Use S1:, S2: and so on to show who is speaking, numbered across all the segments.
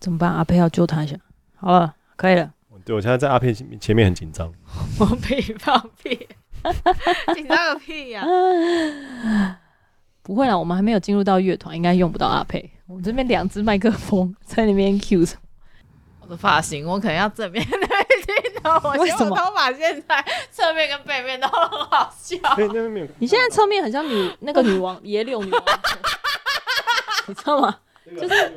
S1: 怎么办？阿佩要救他一下。好了，可以了。
S2: 对我现在在阿片前面很紧 张，
S3: 我屁放屁，紧张个屁呀、
S1: 不会啦，我们还没有进入到乐团，应该用不到阿佩。我们这边两只麦克风 在那边 Q 着。
S3: 我的发型，我可能要正面的听 到我，
S1: 为什么
S3: 我头发现在侧面跟背面都很好笑。
S2: 所哎以那边没有。
S1: 你现在侧面很像女那个女王 野柳女王，你知道吗？
S2: 就是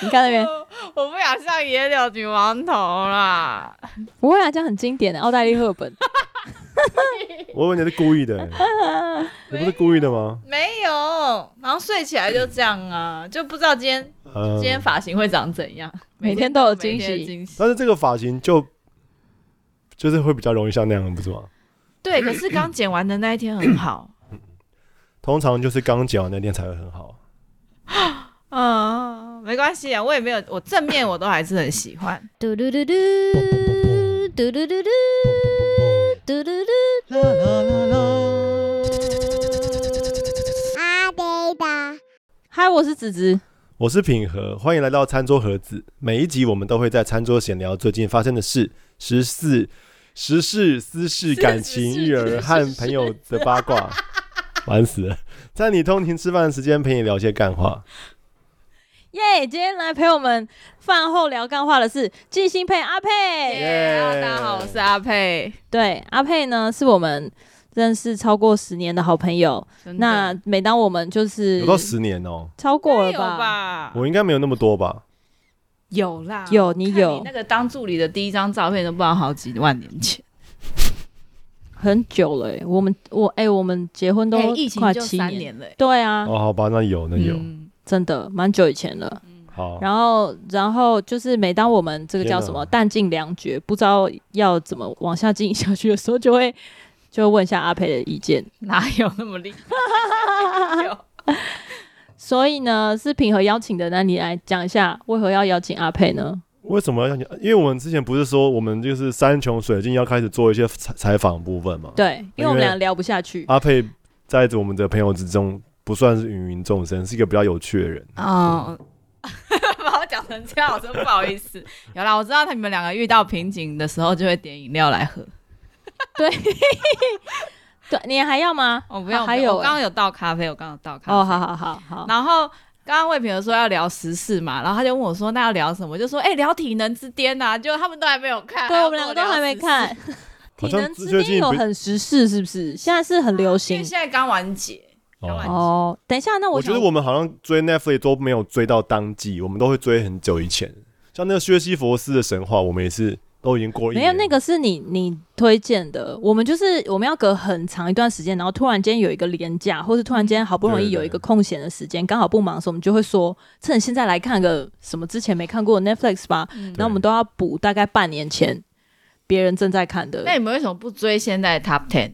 S1: 你看那边
S3: 我不想像野柳女王头啦，
S1: 不会啊，这样很经典的奥黛丽赫本。
S2: 我以为你是故意的、你不是故意的吗？
S3: 没有，然后睡起来就这样啊，就不知道今天
S2: 嗯
S3: 今，天发型会长怎样，
S1: 每天都有惊
S3: 每天
S1: 喜
S3: 有惊喜。
S2: 但是这个发型就就是会比较容易像那样，不是吗？
S3: 对，可是刚剪完的那一天很好，
S2: 通常就是刚剪完那天才会很好。
S3: 嗯，没关系啊，我也没有，我正面我都还是很喜欢。
S4: 嘟嘟嘟嘟嘟嘟嘟嘟嘟嘟嘟，阿呆哒。
S1: 嗨，我是子子，
S2: 我是品和，欢迎来到餐桌盒子。每一集我们都会在餐桌闲聊最近发生的事、时事、时事、私事、感情、育儿和朋友的八卦。玩死了，在你通勤吃饭的时间陪你聊些干话。
S1: 耶、今天来陪我们饭后聊干话的是季星配阿佩。
S2: 哎
S3: 耶哎大家好，我是阿佩。
S1: 对，阿佩呢是我们认识超过十年的好朋友。
S3: 真的
S1: 那每当我们就是
S2: 有到十年哦、
S1: 超过了
S3: 有吧？
S2: 我应该没有那么多吧？
S3: 有啦，
S1: 有你
S3: 看
S1: 有
S3: 那个当助理的第一张照片都不知道好几万年前，
S1: 很久了、欸，我们我哎、我们结婚都
S3: 哎疫情
S1: 快
S3: 就
S1: 七
S3: 三年了、欸，
S1: 对啊，
S2: 哦，好吧，那有，那有，
S3: 嗯
S1: 真的蛮久以前了。
S2: 好，
S1: 然后，然后就是每当我们这个叫什
S2: 天
S1: 么
S2: 哪
S1: 弹尽粮绝，不知道要怎么往下进行下去的时候，就会 就会问一下阿佩的意见。
S3: 哪有 那么厉害？有
S1: 所以呢，是平和邀请的，那你来讲一下为何要邀请阿佩呢？
S2: 为什么要讲？因为我们之前不是说我们就是山穷水尽要开始做一些采采访部分嘛？
S1: 对，因为我们
S2: 因为
S1: 俩聊不下去。
S2: 阿佩在我们的朋友之中不算是芸芸众生，是一个比较有趣的人。
S3: 哦。 把我讲成这样，我真不好意思。 有啦，我知道你们两个遇到瓶颈的时候，就会点饮料来喝。
S1: 对，你还要吗？
S3: 我哦不用，
S1: 啊还
S3: 不用
S1: 有
S3: 我刚刚有倒咖啡，我刚刚有倒咖啡。
S1: 哦，好好好好，
S3: 然后刚刚魏平有说要聊时事嘛，然后他就问我说：“那要聊什么？”我就说：“哎、聊体能之巅呐、啊！”就他们都还没有看，
S1: 对
S3: 要
S1: 我们两个都还没
S3: 跟我聊时事，
S1: 看。体
S2: 好像
S1: 能
S2: 最
S1: 之巅
S2: 近
S1: 有
S2: 不
S1: 很时事，是不是？现在是很流
S3: 啊因为
S1: 行
S3: 现在刚完结。
S2: 哦
S3: 看
S1: 哦。等一下，那
S2: 我
S1: 想
S2: 觉得我们好像追 Netflix 都没有追到当季，我们都会追很久以前。像那个薛西佛斯的神话，我们也是都已经过一
S1: 没有
S2: 年
S1: 那个是你你推荐的，我们就是我们要隔很长一段时间，然后突然间有一个廉价，或是突然间好不容易
S2: 对对
S1: 有一个空闲的时间，刚好不忙的时候，我们就会说趁现在来看个什么之前没看过的 Netflix 吧。
S2: 嗯
S1: 然后我们都要补大概半年前别人正在看的
S3: 那。你们为什么不追现在的 Top Ten？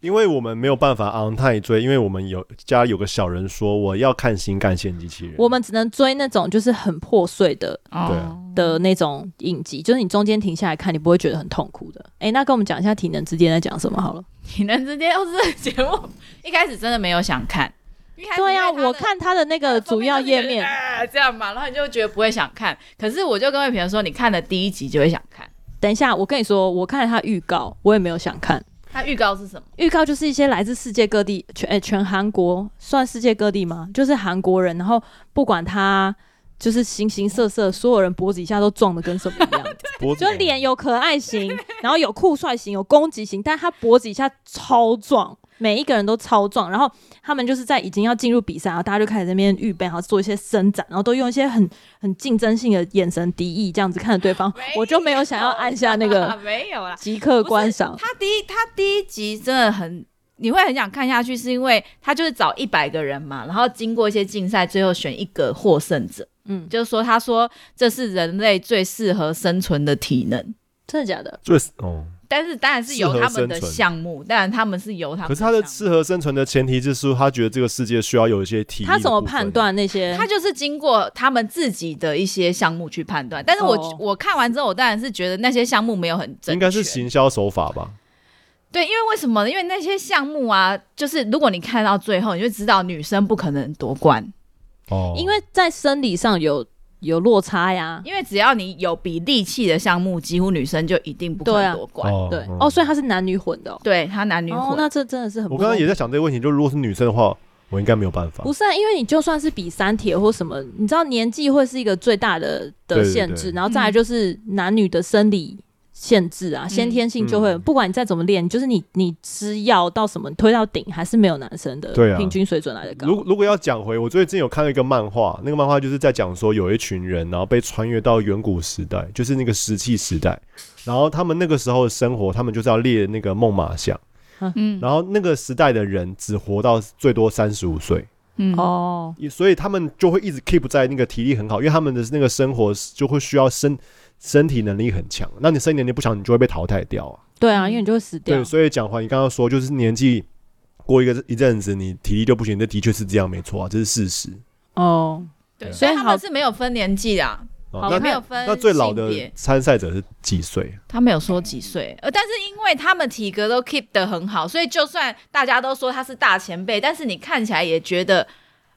S2: 因为我们没有办法 on time 追，因为我们有家里有个小人说我要看新干线机器人，
S1: 我们只能追那种就是很破碎的
S2: 对
S3: 哦
S2: 啊，
S1: 的那种影集，就是你中间停下来看，你不会觉得很痛苦的。诶，那跟我们讲一下《体能之巅》在讲什么好了。
S3: 体能之巅，哦，这个节目 一开始真的没有想看。一开始
S1: 对
S3: 因
S1: 呀、
S3: 为它的
S1: 我看它的那个主要页面，
S3: 哎这样嘛，然后你就觉得不会想看。可是我就跟魏平说，你看了第一集就会想看。
S1: 等一下，我跟你说，我看了它预告，我也没有想看。
S3: 它预告是什么？
S1: 预告就是一些来自世界各地，全、诶全韩国算世界各地吗？就是韩国人，然后不管他就是形形色色，所有人脖子以下都壮的跟什么一样，
S2: 脖子
S1: 就脸有可爱型，然后有酷帅型，有攻击型，但他脖子以下超壮，每一个人都超壮。然后他们就是在已经要进入比赛，然后大家就开始在那边预备，然后做一些伸展，然后都用一些很很竞争性的眼神敌意这样子看着对方
S3: 没，
S1: 我就没有想要按下那
S3: 啊
S1: 个
S3: 没有啦，
S1: 即刻
S3: 不是
S1: 观赏。
S3: 他第一，他第一集真的很，你会很想看下去，是因为他就是找一百个人嘛，然后经过一些竞赛，最后选一个获胜者。
S1: 嗯，
S3: 就是说，他说这是人类最适合生存的体能，
S1: 真的假的？
S2: 就是哦，
S3: 但是当然是由
S2: 适合
S3: 他们的
S2: 生存
S3: 项目，当然他们是由他们。
S2: 可是他的适合生存的前提是说，他觉得这个世界需要有一些体力的
S1: 他
S2: 部分。哦
S1: 怎么判断那些？
S3: 他就是经过他们自己的一些项目去判断，但是我、
S1: 哦
S3: 我看完之后，我当然是觉得那些项目没有很正确，
S2: 应该是行销手法吧？
S3: 对，因为为什么呢？因为那些项目啊，就是如果你看到最后，你就知道女生不可能夺冠，
S2: 哦，
S1: 因为在生理上有有落差呀。
S3: 因为只要你有比力气的项目，几乎女生就一定不可
S1: 对
S3: 能
S1: 啊
S3: 夺冠。
S2: 哦
S1: 对
S2: 嗯
S1: 哦，所以它是男女混的哦。
S3: 对他男女
S1: 哦，
S3: 混，
S1: 那这真的是很不
S2: 我刚刚也在想这个问题，就如果是女生的话，我应该没有办法
S1: 不。是、啊，因为你就算是比三铁或什么，你知道年纪会是一个最大的
S2: 对
S1: 的
S2: 对
S1: 限
S2: 对
S1: 制，然后再来就是男女的生理限制啊，先天性就会，
S2: 嗯
S1: 不管你再怎么练，就是你你吃药到什么你推到顶，还是没有男生的
S2: 对啊
S1: 平均水准来的高。
S2: 如如果要讲回，我最近有看到一个漫画，那个漫画就是在讲说有一群人，然后被穿越到远古时代，就是那个石器时代，然后他们那个时候的生活，他们就是要猎那个梦马象，
S3: 嗯
S2: 然后那个时代的人只活到最多三十五岁，
S3: 嗯
S1: 哦，
S2: 也所以他们就会一直 keep 在那个体力很好，因为他们的那个生活就会需要身身体能力很强，那你身体能力不强，你就会被淘汰掉啊。
S1: 对啊，因为你就会死掉
S2: 对，。所以讲回你刚刚说，就是年纪过一个一阵子，你体力就不行，这的确是这样，没错啊，这是事实。
S1: 哦，
S3: 对，所
S1: 所以
S3: 以他
S1: 好
S3: 们是没有分年纪的啊，
S2: 啊
S1: 好
S2: 那
S3: 也没有分
S2: 那最老
S3: 性别
S2: 的参赛者是几岁？
S3: 他没有说几岁，呃，但是因为他们体格都 keep 得很好，所以就算大家都说他是大前辈，但是你看起来也觉得，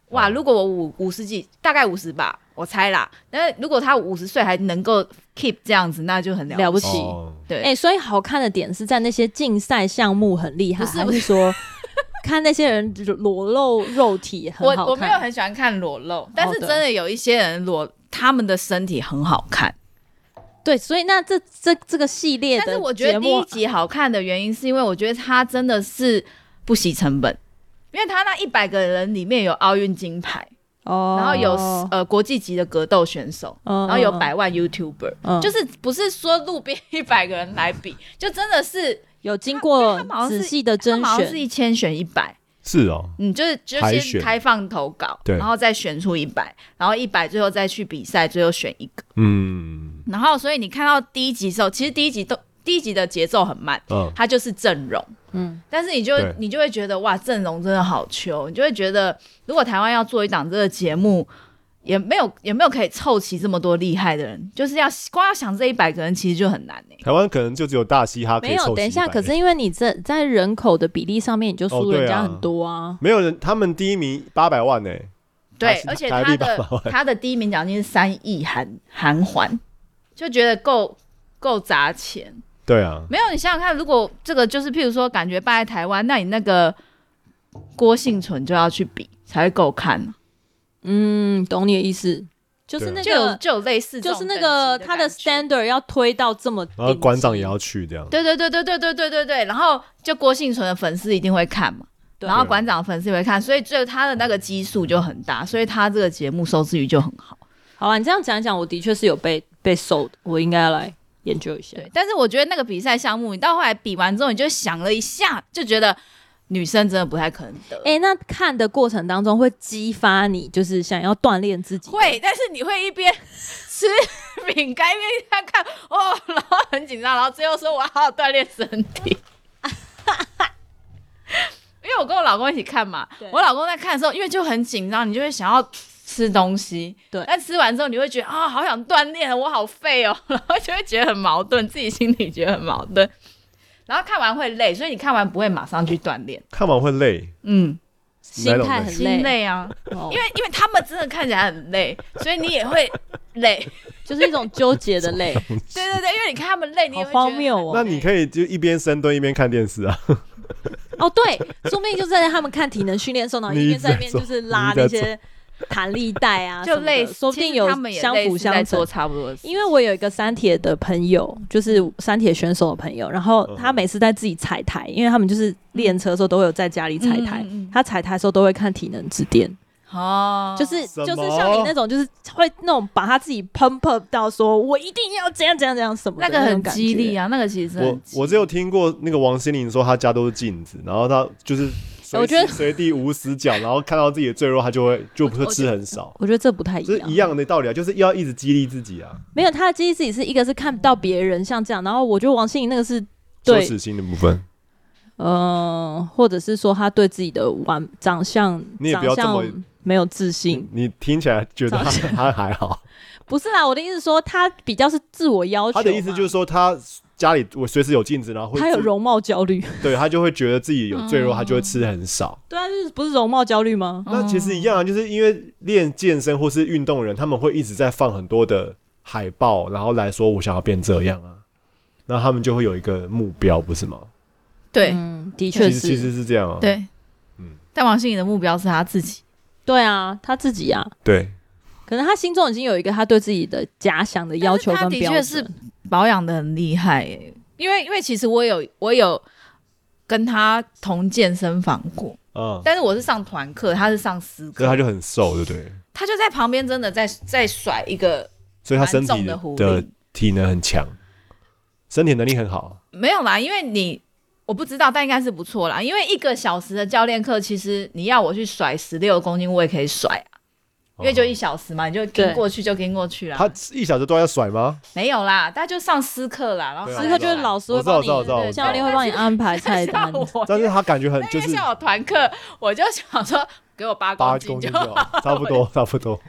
S3: 哇，
S2: 嗯
S3: 如果我五五十几，大概五十吧，我猜啦。但是如果他五十岁还能够 keep 这样子，那就很
S1: 了
S3: 不
S1: 不
S3: 起。
S1: 起
S2: 哦，
S3: 对，
S1: 哎、所以好看的点是在那些竞赛项目很厉害，
S3: 不是
S1: 还
S3: 不
S1: 是说 看那些人裸露肉体很好看？
S3: 我我没有很喜欢看裸露，但是
S1: 对
S3: 真的有一些人裸，他们的身体很好看。
S1: 对，所以那这这这个系列的
S3: 但是我觉得
S1: 节
S3: 第
S1: 目
S3: 一集好看的原因，是因为我觉得他真的是不惜成本，因为他那一百个人里面有奥运金牌，
S1: 哦，
S3: 然后有、呃国际级的格斗选手，
S1: 嗯
S3: 然后有
S1: 嗯嗯
S3: 百万 YouTuber，、
S1: 嗯
S3: 就是不是说路边一百个人来比，就真的是
S1: 有经
S3: 他
S1: 过
S3: 他们好像是
S1: 仔细的
S3: 他
S1: 甄
S3: 们好像是
S1: 选，
S3: 一千选一百。
S2: 是哦，
S3: 嗯，就是就
S2: 海
S3: 先
S2: 选
S3: 开放投稿，
S2: 对
S3: 然后再选出一百，然后一百最后再去比赛，最后选一个。
S2: 嗯
S3: 然后，所以你看到第一集的时候，其实第一集都第一集的节奏很慢，
S2: 嗯，
S3: 它就是阵容，
S1: 嗯，
S3: 但是你就
S2: 对
S3: 你就会觉得哇，阵容真的好秋，你就会觉得如果台湾要做一档这个节目，也没有也没有可以凑齐这么多厉害的人，就是要光要想这一百个人其实就很难欸呢、
S2: 台湾可能就只有大嘻哈可以
S1: 没有。
S2: 凑齐
S1: 等一下，
S2: 100
S1: 可是因为你这在人口的比例上面，你就
S2: 哦
S1: 输
S2: 对啊
S1: 人家很多啊。
S2: 没有人，他们第一名八百万呢，
S3: 对
S2: 台，
S3: 而且
S2: 台币
S3: 他
S2: 八百
S3: 的
S2: 万
S3: 他的第一名奖金是三亿韩韩环，就觉得够够砸钱。
S2: 对啊，
S3: 没有，你想想看，如果这个就是譬如说感觉败在台湾，那你那个郭幸存就要去比才会够看啊，
S1: 嗯，懂你的意思，就是
S2: 对啊
S1: 那
S3: 就有
S1: 个
S3: 就有类似这
S1: 就
S3: 种
S1: 是那个
S3: 等级
S1: 他的
S3: 感觉
S1: standard 要推到这么，
S2: 然后馆长也要，去这样，
S3: 对对对对对对对对对，然后就郭幸存的粉丝一定会看嘛，
S1: 对
S3: 然后馆长的粉丝也会看，所以就他的那个基数就很大，所以他这个节目收视率就很好。
S1: 好啊，你这样讲一讲，我的确是有被被收的，我应该要来研究一下。
S3: 对，但是我觉得那个比赛项目，你到后来比完之后，你就想了一下，就觉得女生真的不太可能得。
S1: 哎、那看的过程当中会激发你，就是想要锻炼自己。
S3: 会，但是你会一边 吃饼干一边看看哦，然后很紧张，然后最后说我要好好锻炼身体。因为我跟我老公一起看嘛
S1: 对，
S3: 我老公在看的时候，因为就很紧张，你就会想要吃东西。
S1: 对
S3: 但吃完之后，你会觉得啊、好想锻炼哦，我好废哦， 然后就会觉得很矛盾，自己心里觉得很矛盾。然后看完会累，所以你看完不会马上去锻炼，
S2: 看完会累，
S3: 嗯，
S1: 心
S2: 哪种
S1: 态
S2: 累
S1: 很
S3: 心累啊，
S1: 哦
S3: 因为因为他们真的看起来很累，所以你也会累。
S1: 就是一种纠结的累，
S3: 对对对，因为你看他们累，你也
S1: 好
S3: 会
S1: 荒
S3: 觉得
S1: 谬
S3: 很
S1: 哦。
S2: 那你可以就一边深蹲一边看电视啊，
S1: 哦，对，说不定就在他们看体能训练的时候，然后一
S2: 你
S1: 边在那边
S2: 在
S1: 就
S2: 做
S1: 是拉
S2: 你在
S1: 那些弹力带啊什么
S3: 就
S1: 的，
S3: 类似，
S1: 说不
S3: 其实
S1: 定有
S3: 他们也
S1: 相
S3: 类
S1: 辅
S3: 似在
S1: 相
S3: 做
S1: 成。
S3: 差不多的事。
S1: 因为我有一个三铁的朋友，就是三铁选手的朋友，然后他
S2: 嗯
S1: 每次在自己踩台，因为他们就是练车的时候都会有在家里踩台，
S3: 嗯嗯嗯嗯
S1: 他踩台的时候都会看体能指点，
S3: 哦，
S1: 就是
S2: 啊什么
S1: 就是像你那种，就是会那种把他自己 pump up 到说我一定要怎样怎样怎样什么的
S3: 那个很
S1: 种感
S3: 激励
S1: 觉。
S3: 啊，那个其实
S2: 我我只有听过那个王心凌说她家都是镜子，然后她 就是随
S1: 哎我觉得
S2: 时随地无死角，然后看到自己的赘肉，她就会就不会
S3: 我
S2: 吃很少，
S1: 我觉得这不太一
S2: 这
S1: 样，
S2: 是一样的道理啊，就是要一直激励自己啊，
S1: 没有他的激励自己是一个是看不到别人像这样，然后我觉得王心凌那个是
S2: 羞
S1: 对呃
S2: 耻心的部分。
S1: 嗯，或者是说他对自己的完长相，
S2: 你也不要这么
S1: 长相没有自信。
S2: 你听起来觉得他他还好，
S1: 不是啦，我的意思是说他比较是自我要求嘛。
S2: 他的意思就是说他家里我随时有镜子，然后会
S1: 他有
S2: 自
S1: 容貌焦虑，
S2: 对他就会觉得自己有赘肉，
S3: 嗯
S2: 他就会吃得很少。
S1: 对啊，就是不是容貌焦虑吗？
S2: 那其实一样啊，就是因为练健身或是运动人，他们会一直在放很多的海报，然后来说我想要变这样啊，那他们就会有一个目标，不是吗？
S3: 对、
S1: 嗯，的
S2: 其
S1: 确
S2: 实其
S1: 是，
S2: 实是这样啊。
S3: 对，
S2: 嗯
S3: 但王心凌的目标是她自己，
S1: 对啊，他自己啊，
S2: 对，
S1: 可能他心中已经有一个他对自己的假想的要求
S3: 但
S1: 跟
S3: 是她的
S1: 标
S3: 确
S1: 准。
S3: 是保养的很厉害、欸，因为因为其实我有我有跟她同健身房过，
S2: 嗯，
S3: 但是我是上团课，她是上私
S2: 所以他
S3: 课，
S2: 就很瘦，对不对？
S3: 她就在旁边真的在在甩一个
S2: 所以他
S3: 蛮
S2: 身体
S3: 重的狐
S2: 的
S3: 狸，
S2: 体能很强，身体能力很好。
S3: 没有啦，因为你。我不知道，但应该是不错啦。因为一个小时的教练课，其实你要我去甩十六公斤，我也可以甩啊，因为就一
S2: 哦
S3: 小时啊嘛，你就
S1: 对
S3: 跟过去就跟过去啦。
S2: 他一小时都要甩吗？
S3: 没有啦，大家就上私课啦，然后
S2: 对
S3: 哎
S2: 啊
S1: 时刻就是老师
S2: 我
S1: 会
S2: 知道，
S1: 帮
S2: 我知道，我
S1: 你，
S2: 知道，我
S3: 对
S2: 知
S1: 教
S2: 道
S1: 练会帮你安排菜单
S3: 像。 我
S2: 但是他感觉很
S3: 哦因
S2: 就
S3: 为
S2: 是
S3: 像我团课，我就想说给我八
S2: 八
S3: 公
S2: 公
S3: 斤
S2: 斤
S3: 就
S2: 就好，差不多，差不多。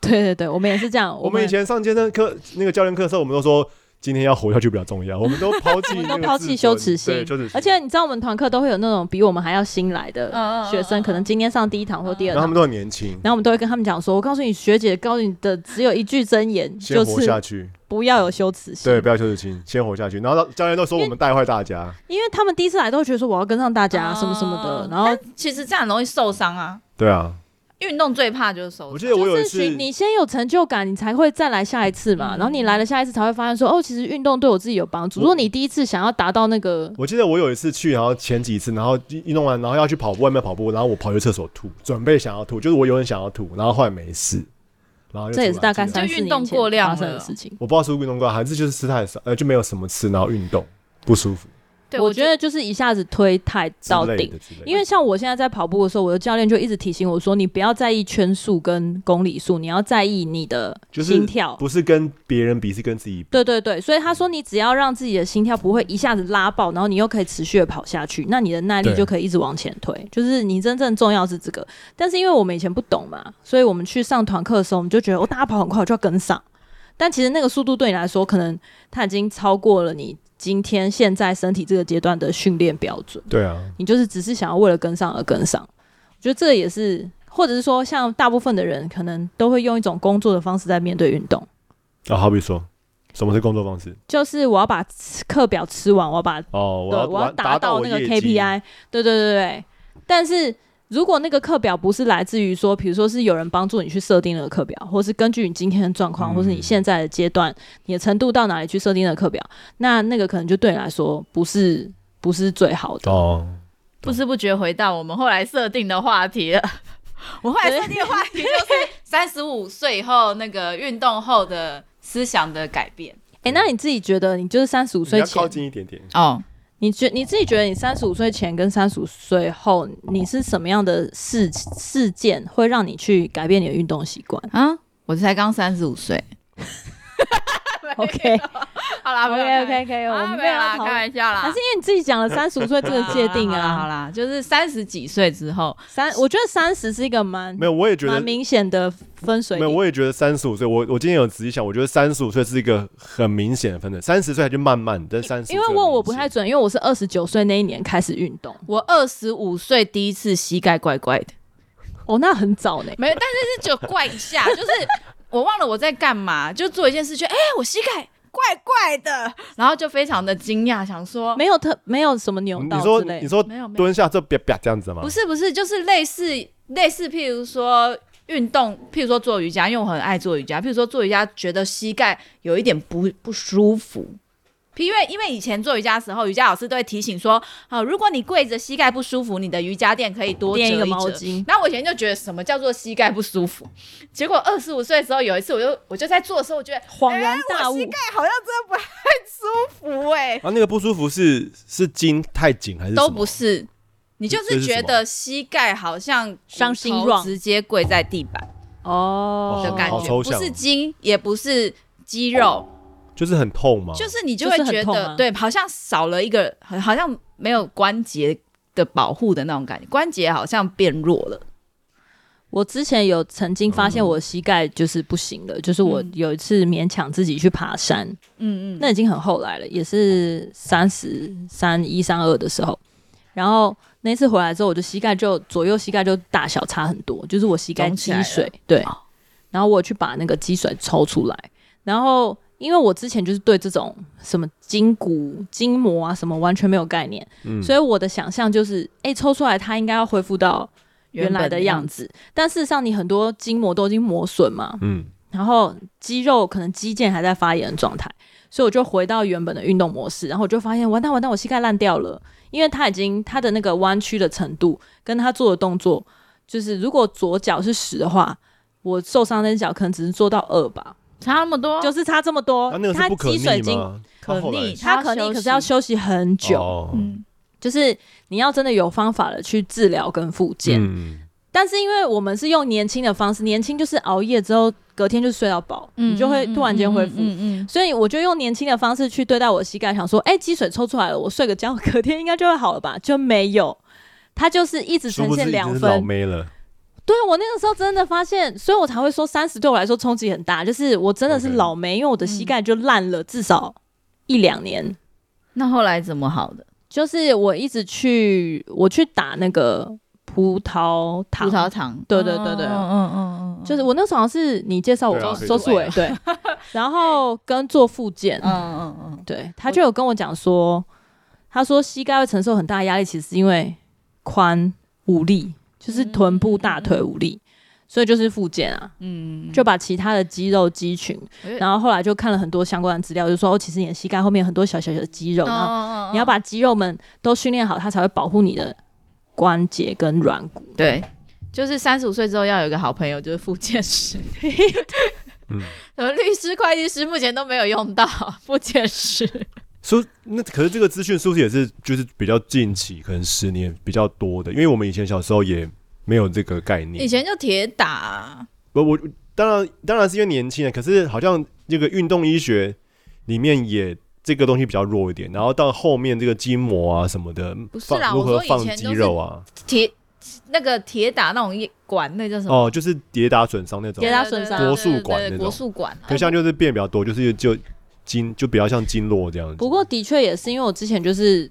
S1: 对对对，我们也是这样。
S2: 我们以前上健身课那个教练课的时候，我们都说今天要活下去比较 重要，我们都抛弃
S1: 我们
S2: 那
S1: 都
S2: 个
S1: 抛
S2: 自
S1: 弃
S2: 尊
S1: 羞耻心
S2: 对羞耻，心
S1: 而且你知道我们团课都会有那种比我们还要新来
S3: 嗯嗯
S1: 的
S3: 嗯
S1: 学生，
S3: 嗯
S1: 可能今天上第一堂或第二
S2: 然后他
S1: 堂
S2: 们，都很年轻，
S1: 然后我们都会跟他们讲说，我告诉你，学姐告诉你的只有一句真言，
S2: 先
S1: 就
S2: 活下
S1: 是
S2: 去，
S1: 不要有羞耻心。
S2: 对，不要羞耻心，先活下去。然后教练都说我们带坏大家，
S1: 因为他们第一次来都会觉得说我要跟上大家
S3: 啊
S1: 什么什么的，然后
S2: 哎
S3: 其实这样很容易受伤啊。
S2: 对啊。
S3: 运动最怕就是受
S2: 我记
S3: 伤。
S2: 得我有一
S1: 就是
S2: 次，
S1: 寻你先有成就感，你才会再来下一次嘛。
S3: 嗯
S1: 然后你来了下一次才会发现说，哦，其实运动对我自己有帮助。
S2: 我
S1: 如果你第一次想要达到那个，
S2: 我记得我有一次去，然后前几次，然后一一弄完，然后要去跑步，外面跑步，然后我跑去厕所吐，准备想要吐，就是我有点想要吐，然后后来没事，然后又
S1: 这也是
S2: 出来
S1: 大概
S2: 记得
S1: 三
S3: 就
S1: 四
S3: 运动
S1: 年前
S3: 过量
S1: 发生的
S3: 了
S1: 事情。
S2: 我不知道是不是运动过，还是就是吃太少，呃，就没有什么吃，然后运动不舒服
S3: 对，
S1: 我觉得就是一下子推太
S2: 之
S1: 到
S2: 类
S1: 顶
S2: 的，之类的，
S1: 因为像我现在在跑步的时候，我的教练就一直提醒我说，你不要在意圈数跟公里数，你要在意你的
S2: 就是
S1: 心跳。
S2: 不是跟别人比，是跟自己比。
S1: 对对对，所以他说你只要让自己的心跳不会一下子拉爆，然后你又可以持续的跑下去，那你的耐力
S2: 对
S1: 就可以一直往前推。就是你真正重要是这个，但是因为我们以前不懂嘛，所以我们去上团课的时候，我们就觉得哦，大家跑很快，我就要跟上。但其实那个速度对你来说，可能它已经超过了你今天现在身体这个阶段的训练标准。
S2: 对啊，
S1: 你就是只是想要为了跟上而跟上。我觉得这也是，或者是说，像大部分的人可能都会用一种工作的方式在面对运动，
S2: 啊，好比说，什么是工作方式？
S1: 就是我要把吃课表吃完，我要把
S2: 哦，
S1: 对
S2: 我要
S1: 我要
S2: 完达
S1: 达到
S2: 我
S1: 那个
S2: 业绩
S1: KPI，对对对对。但是如果那个课表不是来自于说，比如说是有人帮助你去设定那个课表，或是根据你今天的状况，
S2: 嗯
S1: 或是你现在的阶段，你的程度到哪里去设定的课表，那那个可能就对你来说不是不是最好的。
S2: 哦，
S3: 不知不觉回到我们后来设定的话题了。我后来设定的话 题就是三十五岁以后那个运动后的思想的改变。
S1: 诶，那你自己觉得你就是三十五
S2: 你
S1: 岁
S2: 要
S1: 前
S2: 靠，近一点
S1: 嗯
S2: 点。
S3: 哦，
S1: 你觉你自己觉得你三十五岁前跟三十五岁后，你是什么样的事事件会让你去改变你的运动习惯
S3: 啊，我才刚三十五岁。
S1: ？OK
S3: 好啦
S1: OK OK OK，我们
S3: 啊没
S1: 没有
S3: 有
S1: 要
S3: 啦，
S1: 讨
S3: 开
S1: 论，
S3: 玩笑啦。
S1: 还是因为你自己讲了三十五岁 这个界定
S3: 好啦，好
S1: 啊。
S3: 啦，就是三十几岁之后，
S1: 三，我觉得三十是一个蛮
S2: 没有，我也觉得
S1: 蛮明显的分水
S2: 没有，
S1: 岭。
S2: 我也觉得三十五岁，我我今天有仔细想，我觉得三十五岁是一个很明显的分水，三十岁还就慢慢，但三十
S1: 因为问我不太准，因为我是二十九岁那一年开始运动，
S3: 我二十五岁第一次膝盖怪怪的，
S1: 哦，那很早呢。
S3: 没有，但是是就怪一下， 就是我忘了我在干嘛，就做一件事情，哎、我膝盖怪怪的，然后就非常的惊讶，想说
S1: 没有特没有什么扭
S2: 你
S1: 到
S2: 说
S1: 之类
S2: 你，说
S3: 没有没有，
S2: 蹲下这啪啪这样子吗？
S3: 不，是不是，就是类似类似，譬如说。运动，譬如说做瑜伽，因为我很爱做瑜伽。譬如说做瑜伽，觉得膝盖有一点不不舒服，因为因为以前做瑜伽的时候，瑜伽老师都会提醒说，啊，如果你跪着膝盖不舒服，你的瑜伽垫可以多折
S1: 垫一
S3: 折
S1: 个毛巾，
S3: 然后我以前就觉得什么叫做膝盖不舒服，结果二十五岁的时候有一次，我就我就在做的时候，我觉得哎
S1: 恍然大
S3: 我
S1: 悟
S3: 膝。盖好像真的不太舒服哎、
S2: 啊，那个不舒服是是筋太紧还是
S3: 都
S2: 什么
S3: 不是，你就
S2: 这是
S3: 是
S2: 什么
S3: 觉得膝盖好像
S1: 伤心
S3: 骨头
S1: 软
S3: 直接跪在地板
S1: 哦
S3: 的感
S2: 好
S3: 觉，
S2: 抽
S3: 不
S2: 象
S3: 是
S2: 哦
S3: 筋，也不是肌肉，
S2: 就是很痛吗？
S3: 就是你就
S1: 就
S3: 会
S1: 是很
S3: 觉
S1: 痛
S3: 得
S1: 啊
S3: 对，好像少了一个，好好像没有关节的保护的那种感觉，关节好像变弱了。
S1: 我之前有曾经发现我膝盖就是不行了，就是我
S3: 嗯
S1: 有一次勉强自己去爬山，
S3: 嗯嗯，
S1: 那已经很后来了，也是三十三一三二的时候。然后那次回来之后，我的膝盖就左右膝盖就大小差很多，就是我膝盖
S3: 肿起
S1: 积
S3: 来了
S1: 水，对
S3: 哦。
S1: 然后我去把那个积水抽出来，然后因为我之前就是对这种什么筋骨、筋膜啊什么完全没有概念，
S2: 嗯，
S1: 所以我的想象就是，哎、抽出来它应该要恢复到原来
S3: 本
S1: 的样
S3: 子，
S1: 子，但事实上你很多筋膜都已经磨损嘛，
S2: 嗯，
S1: 然后肌肉可能肌腱还在发炎的状态，所以我就回到原本的运动模式，然后我就发现完蛋完蛋，我膝盖烂掉了，因为它已经它的那个弯曲的程度跟他做的动作，就是如果左脚是十的话，我受伤那只脚可能只是做到二吧，
S3: 差那么
S2: 哦
S3: 多，
S1: 就是差这么多，
S2: 啊他那个是不可
S1: 积水已
S2: 逆
S1: 经
S2: 吗？啊
S3: 可逆，
S1: 它可逆，可是要
S3: 休息
S1: 休息很久，
S2: 哦，
S3: 嗯，
S1: 就是你要真的有方法了去治疗跟复健，
S2: 嗯，
S1: 但是因为我们是用年轻的方式，年轻就是熬夜之后隔天就睡到饱，你就会突然间恢复。
S3: 嗯
S1: 所以我就用年轻的方式去对待我膝盖，想说，哎、积水抽出来了，我睡个觉，隔天应该就会好了吧？就没有，它就是一直
S2: 殊
S1: 呈
S2: 不知
S1: 现
S2: 已
S1: 两
S2: 经是老
S1: 分。
S2: 妹了，
S1: 对我那个时候真的发现，所以我才会说三十对我来说冲击很大，就是我真的是
S2: OK
S1: 老没因为我的膝盖就烂了至少一两年。
S3: 那后来怎么好的？
S1: 就是我一直去，我去打那个葡萄糖，
S3: 葡萄糖，
S1: 对对对对
S3: 嗯嗯嗯嗯，
S1: 就是我那时候好像是你介绍我
S2: 对啊
S1: 周
S2: 周
S1: 素
S2: 素
S1: 伟
S2: 伟
S1: 对，然后跟做复 健，
S3: 嗯嗯嗯嗯，
S1: 对他就有跟我讲说，他说膝盖会承受很大压力，其实是因为髋无力，就是臀部、大腿无力，所以就是复健啊，
S3: 嗯，
S1: 就把其他的肌肉肌群，
S3: 我觉得
S1: 然后后来就看了很多相关的资料，就说哦，其实你的膝盖后面有很多小小小的肌肉，然后
S3: 哦
S1: 你要把肌肉们都训练好，它才会保护你的关节跟软骨。
S3: 对，就是三十五岁之后要有一个好朋友，就是复健师。
S2: 嗯
S3: 什么律师、会计师目前都没有用到复健师，
S2: 说那可是这个资讯是不是也是就是比较近期，可能十年比较多的？因为我们以前小时候也没有这个概念。
S3: 以前就铁打，
S2: 不，我当然当然是因为年轻啊人，可是好像这个运动医学里面也这个东西比较弱一点，然后到后面这个筋膜啊什么的，
S3: 不是
S2: 放
S3: 啦
S2: 如
S3: 我
S2: 何
S3: 说以
S2: 放
S3: 前
S2: 肌
S3: 都是
S2: 肉啊？
S3: 铁那个铁打那种管，那叫什么？
S2: 哦，就是跌打损伤那种
S1: 跌，打损伤
S2: 国术馆
S3: 对对对
S2: 那种
S3: 国术啊馆。
S2: 可像就是变比较多，就是就筋就比较像经络这样子。
S1: 不过的确也是因为我之前就是，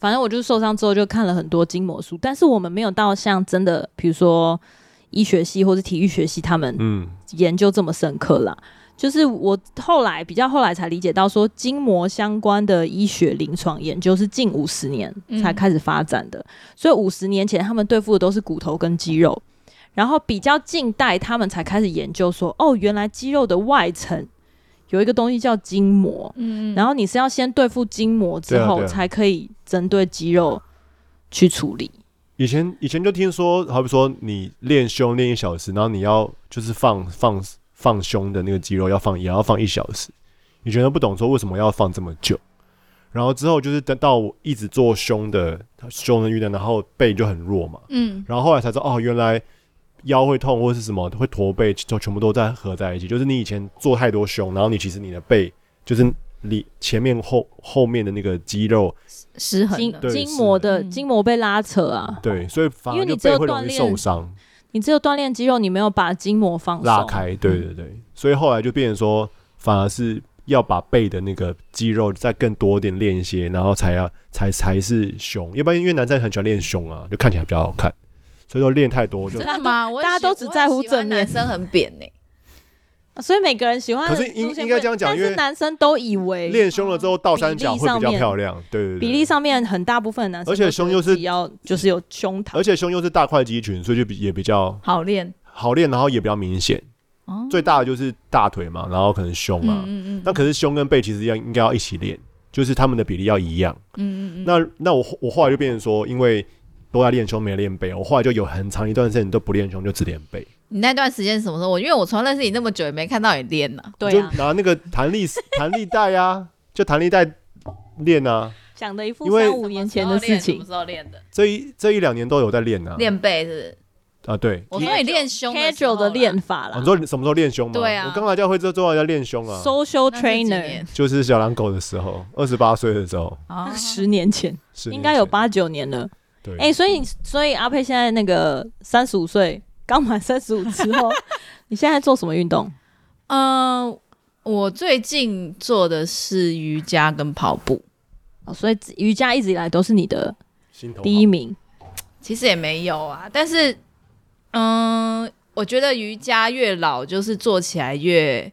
S1: 反正我就是受伤之后就看了很多筋膜书，但是我们没有到像真的，比如说医学系或是体育学系他们
S2: 嗯，
S1: 研究这么深刻啦。就是我后来比较后来才理解到，说筋膜相关的医学临床研究是近五十年
S3: 嗯
S1: 才开始发展的，所以五十年前他们对付的都是骨头跟肌肉，然后比较近代他们才开始研究说，哦，原来肌肉的外层有一个东西叫筋膜，
S3: 嗯，
S1: 然后你是要先对付筋膜之
S2: 对啊
S1: 后，
S2: 对啊
S1: 才可以针对肌肉去处理。
S2: 以前以前就听说，好比说你练胸练一小时，然后你要就是放放放胸的那个肌肉要放也要放一小时，以前都不懂说为什么要放这么久。然后之后就是等到我一直做胸的胸的运动，然后背就很弱嘛。
S3: 嗯
S2: 然后后来才知道哦，原来腰会痛或是什么会驼背，就全部都在合在一起。就是你以前做太多胸，然后你其实你的背就是里前面后后面的那个肌肉，
S3: 失衡
S1: 筋
S3: 了
S2: 对
S1: 筋膜的
S3: 嗯
S1: 筋膜被拉扯啊，
S2: 对，所以反
S1: 因为
S2: 而
S1: 你
S2: 就
S1: 只有
S2: 背会容
S1: 锻
S2: 易
S1: 炼
S2: 受伤。
S1: 你只有锻炼肌肉，你没有把筋膜放松嗯
S2: 拉。开，对对对，所以后来就变成说，反而是要把背的那个肌肉再更多一点练一些，然后才要才才是胸，要不然因为男生很喜欢练胸啊，就看起来比较好看，所以说练太多就
S3: 真。的吗？我
S1: 大家
S3: 喜
S1: 都只在乎
S3: 我喜欢
S1: 正面
S3: 男生很扁呢。
S1: 啊所以每个人喜欢的
S2: 可是应
S1: 路线不
S2: 应该这样讲
S1: 但
S2: 因
S1: 是
S2: 为
S1: 男生都以为
S2: 练胸了之后倒三角
S1: 比例
S2: 会
S1: 上
S2: 比较
S1: 面
S2: 漂亮，对对对，
S1: 比例，上面很大部分的男生，
S2: 而且胸又是呃
S1: 要就是有胸膛
S2: 而，且胸又是大块肌群，所以就比也比较
S3: 好练
S2: 好练，然后也比较明显。
S3: 哦，
S2: 最大的就是大腿嘛，然后可能胸啊，
S3: 嗯
S2: 那可是胸跟背其实要应该要一起练，就是他们的比例要一样。
S3: 嗯嗯嗯，
S2: 那那我后我后来就变成说，因为都在练胸没练背，我哦后来就有很长一段时间都不练胸，就只练背，
S3: 你那段时间是什么时候？我因为我从认识你那么久，也没看到你练呢。
S1: 对
S2: 就
S1: 啊，
S2: 拿那个弹力 弹力带啊，就弹力带练啊，
S1: 讲的一副
S2: 因为
S1: 三五年前的事
S3: 什么
S1: 情。
S3: 时候练的？
S2: 这一这一两年都有在练啊，
S3: 练背是不是？
S2: 啊对。
S3: 我说你练胸的时候
S1: casual
S3: 啦
S1: 的练法
S2: 啊
S1: 啦
S2: 你说你什么时候练胸吗？
S3: 对啊
S2: 我刚来教会之后，最后在练胸啊，
S1: ，social
S3: 那是几
S1: trainer
S3: 年
S2: 就是小狼狗的时候，二十八岁的时候，
S3: 啊
S1: 十年前
S2: 是
S1: 应该有八九年了。
S2: 对，
S1: 哎、所以所以阿佩现在那个三十五岁刚满三十五之 后，你现在做什么运动？
S3: 嗯、我最近做的是瑜伽跟跑步，
S1: 哦，所以瑜伽一直以来都是你的
S2: 心头好
S1: 第一名。
S3: 其实也没有啊，但是嗯、我觉得瑜伽越老就是做起来越，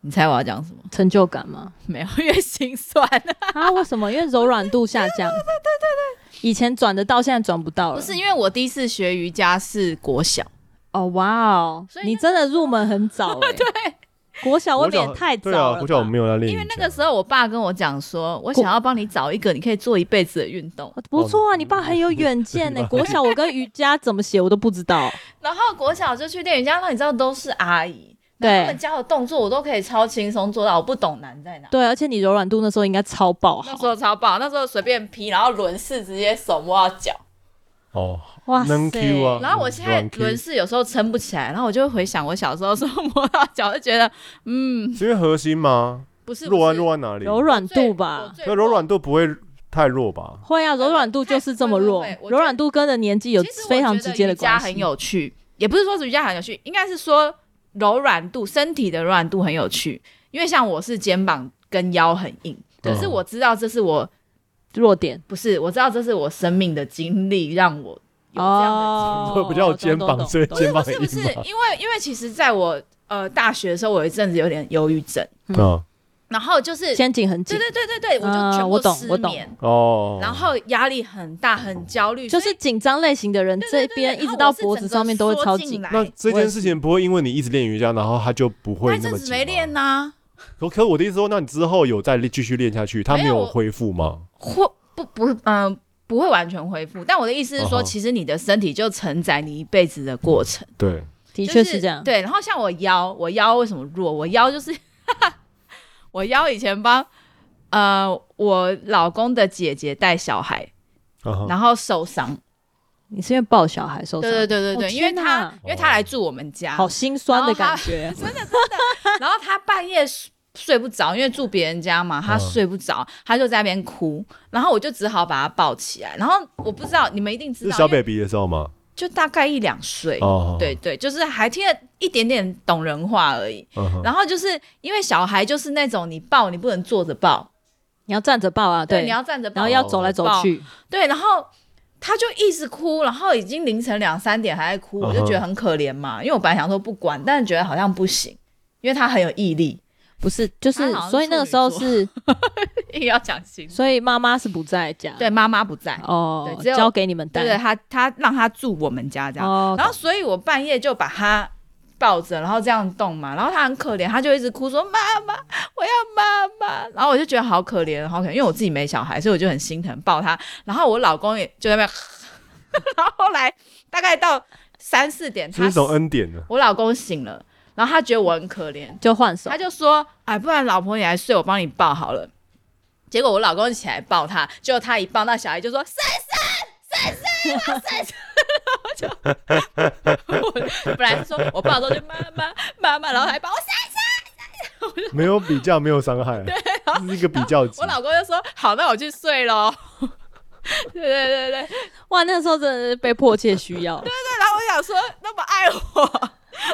S3: 你猜我要讲什么？
S1: 成就感吗？
S3: 没有，越心酸。
S1: 啊，为什么？因为柔软度下降。对对对以前转得到，现在转不到了。
S3: 不是因为我第一次学瑜伽是国小，
S1: 哦，哇哦
S3: 所，以
S1: 你真的入门很 早哎、对，国小未免也太早
S2: 对啊，
S1: 了吧。
S2: 国小我没有在练瑜
S3: 因
S2: 伽，
S3: 为那个时候我爸跟我讲说，我想要帮你找一个你可以做一辈子的运动。
S1: 不错
S2: 哦
S1: 啊，你爸很有远
S2: 嗯
S1: 见呢、欸国小我跟瑜伽怎么写我都不知道，
S3: 然后国小就去练瑜伽，那你知道都是阿姨，
S1: 对
S3: 然后他们教的动作我都可以超轻松做到，我不懂难在哪。
S1: 对，而且你柔软度那时候应该超爆
S3: 那
S1: 好，
S3: 时候超棒，那时候随便劈，然后轮式直接手摸到脚，
S2: 哦，
S1: 哇
S2: 能 Q 啊
S3: 然后我现在
S2: 软 Q
S3: 轮式有时候撑不起来，然后我就会回想我小时候时候摸到脚，就觉得嗯，
S2: 是因为核心吗？
S3: 不是
S2: 弱
S3: 不
S2: 啊
S3: 是
S2: 弱在哪里？
S1: 柔软
S3: 最
S1: 度吧，
S3: 我最
S2: 那柔软度不会太弱吧？
S1: 会啊，柔软度就是这么弱
S3: 会会会，我觉得
S1: 柔软度跟的年纪有
S3: 其实我
S1: 非常
S3: 觉得
S1: 直接的
S3: 瑜伽
S1: 关
S3: 很
S1: 系。
S3: 有趣，也不是说瑜伽很有趣，应该是说柔软度，身体的柔软度很有趣。因为像我是肩膀跟腰很硬，
S2: 嗯
S3: 可是我知道这是我
S1: 弱点
S3: 不是，我知道这是我生命的经历让我有这样的经历。
S1: 哦，
S2: 会比较有肩膀
S1: 懂
S2: 所以
S1: 懂
S2: 肩膀
S3: 是不是？因
S2: 很硬吗
S3: 为因为其实在我呃大学的时候，我有一阵子有点忧郁症，
S1: 嗯
S2: 嗯，
S3: 然后就是对
S1: 肩颈很紧
S3: 对，对对对，我
S1: 啊
S3: 就全
S1: 我
S3: 部
S1: 懂
S3: 失
S1: 我懂
S3: 眠，
S2: 哦，
S3: 然后压力很大，很焦虑，
S1: 就是
S3: 所以
S1: 紧张类型的人，
S3: 对
S1: 这
S3: 对对
S1: 边一
S3: 对
S1: 直
S3: 然
S1: 到
S3: 后我是
S1: 脖
S3: 整
S1: 子
S3: 个
S1: 上面都会
S3: 缩
S1: 超
S3: 进
S1: 紧。
S3: 来
S2: 那这件事情不会因为你一直练瑜伽，然后它就不
S3: 那
S2: 会
S3: 一
S2: 那
S3: 阵
S2: 么
S3: 子
S2: 紧吗
S3: 没练呐、
S2: 可可我的意思说，那你之后有再继续练下去，它
S3: 没
S2: 没
S3: 有
S2: 有恢复吗？
S3: 或不不嗯、不会完全恢复，但我的意思是说，
S2: 哦吼
S3: 其实你的身体就承载你一辈子的过程，
S2: 对，
S1: 的
S3: 的
S1: 确是这样。
S3: 对，然后像我腰，我腰为什么弱？我腰就是， 我腰以前帮呃我老公的姐姐带小孩，
S2: 然后
S3: 然后受伤，
S1: 你是因为抱小孩受伤，
S3: 对对对对
S1: 哦
S3: 对，因为
S1: 天哪
S3: 他因为
S2: 哦
S3: 他来住我们家，
S1: 好心酸的感觉。
S3: 然后他半夜睡睡不着，因为住别人家嘛，他
S2: 嗯
S3: 睡不着，他就在那边哭，然后我就只好把他抱起来，然后我不知道你们一定知
S2: 是
S3: 道，
S2: 小
S3: 因为
S2: baby 的时候吗？
S3: 就大概一两岁，
S2: 哦，
S3: 对，对，就是还听得一点点懂人话而已。
S2: 嗯哼，
S3: 然后就是因为小孩就是那种你抱你不能坐着抱，
S1: 你要站着抱啊，
S3: 你
S1: 对，
S3: 要站着
S1: 然
S3: 抱
S1: 后，要走来走去，
S3: 对，然后。他就一直哭，然后已经凌晨两三点还在
S1: 嗯
S3: 哭，我就觉得很可怜嘛。因为我本来想说不管，但是觉得好像不行，因为他很有毅力，
S1: 不是就是
S3: 他好像，是
S1: 所以那个时候是，
S3: 硬 要讲清楚。
S1: 所以妈妈是不在家，
S3: 对，妈妈不在，
S1: 哦，
S3: 对只有
S1: 交给你们带，
S3: 对对，他他让他住我们家这样，
S1: 哦，
S3: 然后所以我半夜就把他抱着，然后这样动嘛，然后他很可怜，他就一直哭说妈妈，我要妈妈，然后我就觉得好可怜，好可怜，因为我自己没小孩，所以我就很心疼抱他，然后我老公也就在那边， 然后后来大概到三四点，
S2: 这是
S3: 他
S2: 一种恩典啊呢。
S3: 我老公醒了，然后他觉得我很可怜，
S1: 就换手
S3: 他，就说：“哎，不然老婆你来睡，我帮你抱好了。”结果我老公起来抱他，结果他一抱，那小孩就说：“婶婶，婶 婶，我婶婶。”我就我本来是说我抱的时候就妈妈妈妈，然后还抱我婶
S2: 没有比较，没有伤 害，啊这是一个比较级
S3: 啊我。老公就说：“好，那我去睡喽。” 对对对对，
S1: 哇，那个时候真的是被迫切需要，
S3: 然后我想说那么爱我，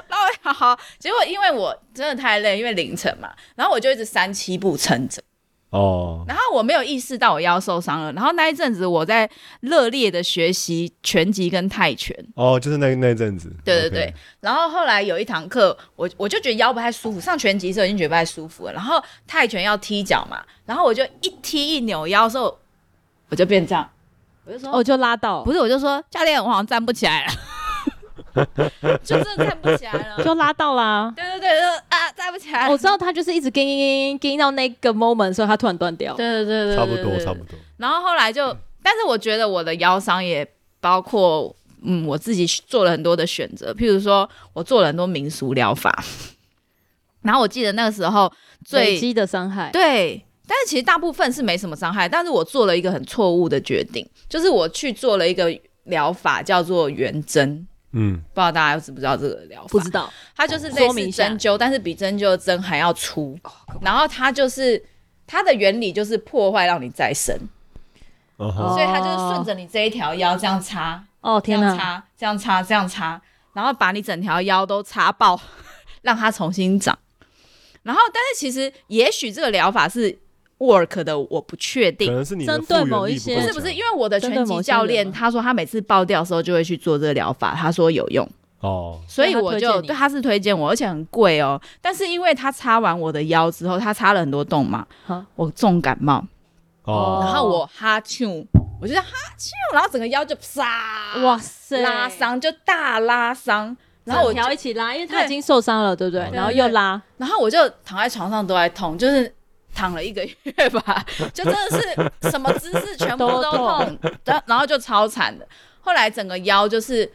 S3: 然后我想好，结果因为我真的太累，因为凌晨嘛，然后我就一直三七步撑着。
S2: 哦，
S3: 然后我没有意识到我腰受伤了，然后那一阵子我在热烈的学习拳击跟泰拳，
S2: 哦，就是那那一阵子，
S3: 对对
S2: OK
S3: 对，。然后后来有一堂课，我我就觉得腰不太舒服，上拳击的时候已经觉得不太舒服了，然后泰拳要踢脚嘛，然后我就一踢一扭腰的时候，我就变这样，我就说
S1: 哦，就拉到，
S3: 不是，我就说教练，我好像站不起来了，就真的站不起来了，
S1: 就拉到啦。
S3: 对对对，就啊站不起来了，
S1: 我知道他就是一直跟跟跟到那个 moment，所以他突然断掉。
S3: 对，对对对对，
S2: 差不
S3: 对
S2: 多，差不。多。
S3: 然后后来就，
S1: 嗯
S3: 但是我觉得我的腰伤也包括，嗯，我自己做了很多的选择，譬如说我做了很多民俗 疗法，然后我记得那个时候
S1: 累
S3: 最
S1: 积的伤害，
S3: 对。但是其实大部分是没什么伤害，但是我做了一个很错误的决定，就是我去做了一个疗法叫做圆针，
S2: 嗯，
S3: 不知道大家知不知道这个疗法？
S1: 不知道
S3: 它就是类
S1: 说明一
S3: 似
S1: 下哦
S3: 针灸，但是比针灸的针还要粗，然后它就是它的原理就是破坏让你再生。
S2: 哦
S1: 哦
S2: 吼，
S3: 所以他就是顺着你这一条腰这样插，
S1: 哦，
S3: 这
S1: 天
S3: 样
S1: 哪，
S3: 插，这样插，这样插，然后把你整条腰都插爆， 让它重新长。然后，但是其实也许这个疗法是 work 的，我不确
S2: 可
S3: 定。
S2: 能是你的
S1: 针对
S2: 复原
S1: 某
S2: 力
S1: 一些
S2: 够
S1: 不
S3: 不是不
S2: 强
S3: 是，因为我的
S1: 针
S3: 拳
S1: 对
S3: 击
S1: 某些
S3: 教
S1: 人
S3: 练
S1: 吗
S3: 他说他每次爆掉的时候就会去做这个疗法，他说有用，
S2: 哦，
S3: 所以
S1: 所以他
S3: 我
S1: 推
S3: 就
S1: 荐你
S3: 对他是推荐我，而且很贵哦。但是因为他插完我的腰之后，他插了很多洞嘛
S1: 好，
S3: 我重感冒，
S2: 哦，
S3: 然后我哈啾，我就哈啾，然后整个腰就啪
S1: 哇塞，
S3: 拉伤，就大拉伤，然
S1: 然
S3: 后
S1: 后
S3: 我
S1: 我
S3: 就
S1: 条一起拉，因为他
S3: 对
S1: 已经受伤了，对不对？
S2: 对
S1: 然后又拉，
S3: 然后我就躺在床上都在痛，就是躺了一个月吧，就真的是什么姿势全部都
S1: 都
S3: 痛
S1: 痛，
S3: 然然后就超惨的。后来整个腰就是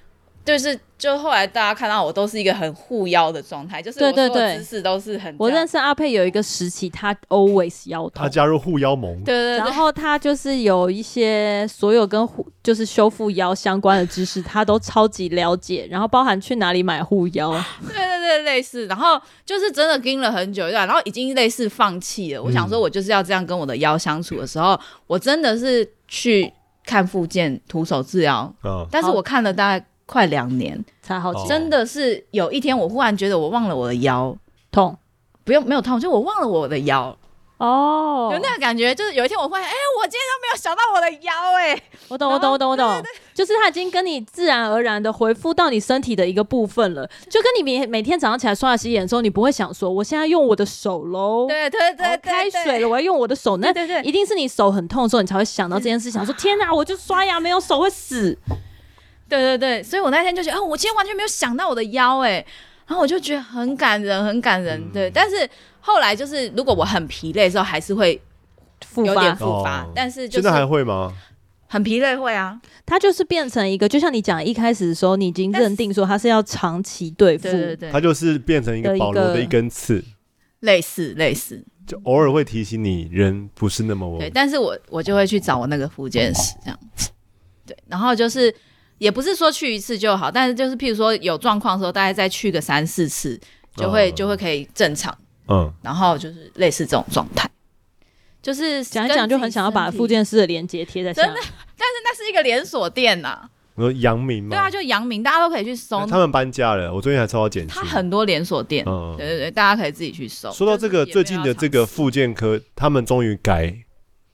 S3: 就是就后来大家看到我都是一个很护腰的状态，就是我
S1: 对对
S3: 所有
S1: 对
S3: 姿势都是很
S1: 我
S3: 这样
S1: 认识阿佩有一个时期，他 always 腰
S2: 他
S1: 痛，
S2: 加入护腰盟，
S3: 对对对
S1: 然后他就是有一些所有跟护就是修复腰相关的知识，他都超级了解，然后包含去哪里买护腰，啊
S3: 对对对，类似，然后就是真的盯了很久一段，然后已经类似放弃了。我
S1: 嗯
S3: 想说，我就是要这样跟我的腰相处的时候，我真的是去看复健、徒手治疗，
S2: 嗯，
S3: 但是我看了大概快两年，
S1: 才好
S2: 哦
S3: 真的是有一天，我忽然觉得我忘了我的腰，
S1: 痛
S3: 不用没有痛，就我忘了我的腰，
S1: 哦
S3: 有。那个感觉，就是有一天我忽然，哎、我今天都没有想到我的腰、哎，
S1: 我懂，我懂，我懂，我懂，就是他已经跟你自然而然的回复到你身体的一个部分了，就跟你每每天早上起来刷牙洗脸的时候，你不会想说我现在用我的手喽，
S3: 对对对
S1: 哦
S3: 对，
S1: 开水了，
S3: 对，
S1: 我要用我的手，那
S3: 对对对
S1: 一定是你手很痛的时候，你才会想到这件 事，想说天哪，我就刷牙没有手会 死。
S3: 对对对，所以我那天就觉得，啊，我今天完全没有想到我的腰、哎，然后我就觉得很感人，很感人，
S2: 嗯
S3: 对。但是后来就是，如果我很疲累的时候，还是会
S1: 复
S3: 有
S1: 发，
S3: 点复发，
S2: 哦
S3: 但是就
S2: 现在还
S3: 是
S2: 会吗？
S3: 很疲累会啊，
S1: 它就是变成一个，就像你讲一开始的时候，你已经认定说它是要长期对付
S3: 对，对对
S2: 它，就是变成一个
S1: 的一
S2: 保罗的
S1: 个
S2: 一根刺，
S3: 类似类似，
S2: 就偶尔会提醒你人不是那么
S3: 对，
S2: 稳。
S3: 但是我我就会去找我那个复健师这样，对，然后就是也不是说去一次就好，但是就是譬如说有状况的时候，大概再去个三四次，就会、
S2: 嗯
S3: 就会可以正常，
S2: 嗯，
S3: 然后就是类似这种状态，就是
S1: 讲一讲就很想要把
S3: 附
S1: 附件师的连接贴在下面。
S3: 那是一个连锁店呐、
S2: 你说阳明嘛，哎
S3: 对啊，就阳明，大家都可以去搜，
S2: 嗯他们搬家了，我最近还收到简讯。
S3: 它很多连锁店，
S2: 嗯
S3: 对对对，大家可以自己去搜。
S2: 说到这个，最
S3: 就是也没有
S2: 近的这
S3: 要
S2: 个
S3: 尝试
S2: 复健科，他们终于改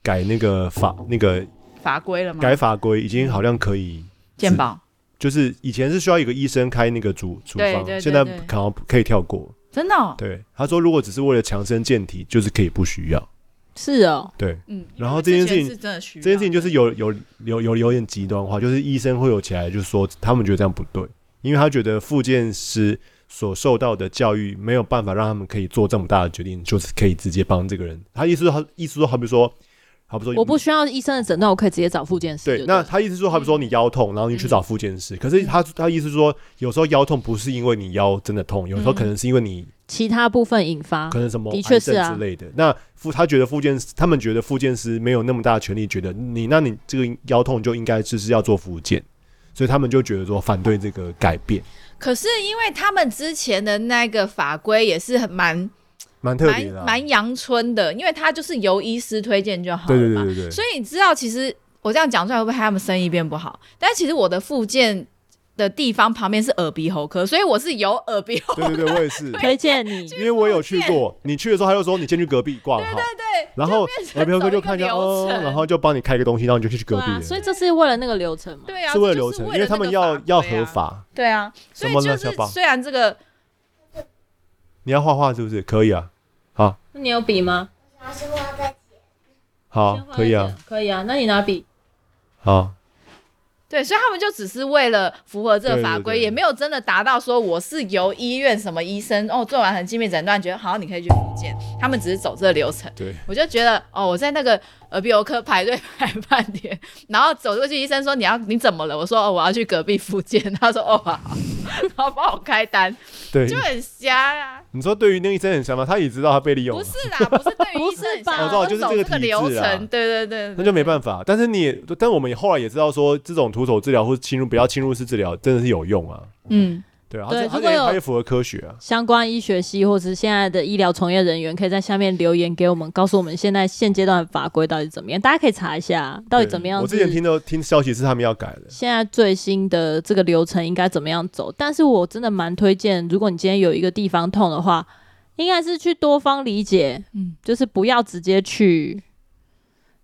S2: 改那个法，
S3: 嗯
S2: 那个
S3: 法规了吗？
S2: 改法规，已经好像可以，
S3: 健保
S2: 就是以前是需要一个医生开那个处处
S3: 对
S2: 方
S3: 对对，
S2: 现在
S3: 对
S2: 可能可以跳过。
S3: 真的、哦，
S2: 对，他说如果只是为了强身健体，就是可以不需要。
S1: 是哦，
S2: 对，
S3: 嗯。
S2: 然后这件事
S3: 因为之前
S2: 情
S3: 是真的需要
S2: 这件事情就是有有有有有点极端化，就是医生会有起来就说他们觉得这样不对，因为他觉得复健师所受到的教育没有办法让他们可以做这么大的决定，就是可以直接帮这个人。他意思说他意思说好比说，好比说
S1: 我不需要医生的诊断，我可以直接找附件师。
S2: 对，那他意思说好比说你腰痛，然后你
S1: 嗯
S2: 去找复健师，可是他他意思说有时候腰痛不是因为你腰真的痛，有
S1: 嗯
S2: 时候可能是因为你
S1: 其他部分引发
S2: 可，能什么
S1: 的确是
S2: 癌
S1: 啊
S2: 症之类的。那复他觉得复健师，他们觉得复健师没有那么大的权利，觉得你那你这个腰痛就应该就是要做复健，所以他们就觉得说反对这个改变，
S3: 可是因为他们之前的那个法规也是很蛮
S2: 蛮特
S3: 蛮
S2: 别的啊、
S3: 蛮阳春的，因为他就是由医师推荐就好了
S2: 对
S3: 嘛。
S2: 对对对对，
S3: 所以你知道，其实我这样讲出来会不会害他们生意变不好？但其实我的附件的地方旁边是耳鼻喉科，所以我是有耳鼻喉。
S2: 对对对，我也 是。
S1: 推荐你
S2: 因为我有去过，你去的时候他就说你先去隔壁挂号，
S3: 对
S2: 然后耳鼻喉科就看一下
S3: 走一个流
S2: 哦，
S3: 程
S2: 然后就帮你开一个东西，然后你就去隔
S1: 对
S2: 壁
S1: 啊，
S2: 了，
S1: 所以这是为了那个流程嘛。
S3: 对啊，
S2: 是为了
S3: 这
S2: 流
S3: 就是
S2: 程，
S3: 为
S2: 因为他
S3: 了
S2: 们
S3: 那个
S2: 要要
S3: 法规啊
S2: 合。法，
S3: 对啊，所
S2: 什
S3: 以
S2: 么
S3: 就
S2: 乱
S3: 是
S2: 七八糟
S3: 虽然这个
S2: 你要画画是不是？可以啊，好，
S1: 那你有笔吗？
S2: 好
S1: 先，画
S2: 可以
S1: 一
S2: 啊
S1: 点，，可以啊。那你拿笔，
S2: 好，
S3: 对，所以他们就只是为了符合这个法
S2: 对
S3: 规，
S2: 对对
S3: 也没有真的达到说我是由医院什么医生哦做完很精密诊断，觉得好你可以去复健，他们只是走这个流程。
S2: 对，
S3: 我就觉得哦，我在那个耳鼻喉科排队 排半天，然后走过去，医生说你要你怎么了？我说哦，我要去隔壁复健。他说哦好， 然后帮我开单，
S2: 对，
S3: 就很瞎啊。
S2: 你说对于那个医生很想吗？他也知道他被利用
S3: 不
S2: 了，
S3: 是啦，不是对于医生很
S1: 不是
S3: 瞎，
S1: 吧我知
S2: 道就是
S3: 走
S2: 这个
S3: 个
S2: 体制
S3: 流
S2: 啊
S3: 程，对对对
S2: 那
S3: 对，
S2: 就没办法。但是你也，但我们也后来也知道说，这种徒手治疗或是侵入不要侵入式治疗真的是有用啊。
S3: 嗯，
S2: 对啊，
S1: 对
S2: 它它
S1: 如果
S2: 也
S1: 有
S2: 它也符合科学啊。
S1: 相关医学系或者是现在的医疗从业人员，可以在下面留言给我们，告诉我们现在现阶段的法规到底怎么样，大家可以查一下到底
S2: 对
S1: 怎么样
S2: 我之
S1: 是。
S2: 前听到听消息是他们要改的，
S1: 现在最新的这个流程应该怎么样走？但是我真的蛮推荐，如果你今天有一个地方痛的话，应该是去多方理解，
S3: 嗯
S1: 就是不要直接去，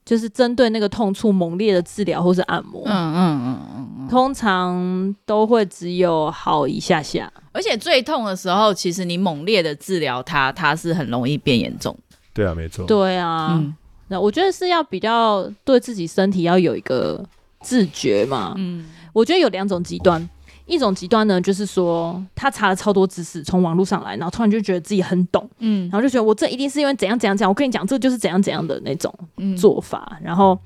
S1: 就是针对那个痛处猛烈的治疗或是按摩，
S3: 嗯嗯嗯嗯嗯。
S1: 通常都会只有好一下下。
S2: 嗯
S3: 而且最痛的时候，其实你猛烈的治疗它，它是很容易变严重。
S2: 对啊，没错。
S1: 对啊，
S3: 嗯
S1: 那我觉得是要比较对自己身体要有一个自觉嘛。
S3: 嗯，
S1: 我觉得有两种极端，一种极端呢，就是说他查了超多知识，从网络上来，然后突然就觉得自己很懂，
S3: 嗯
S1: 然后就觉得我这一定是因为怎样怎样怎样，我跟你讲，这就是怎样怎样的那种
S3: 嗯
S1: 做法，然后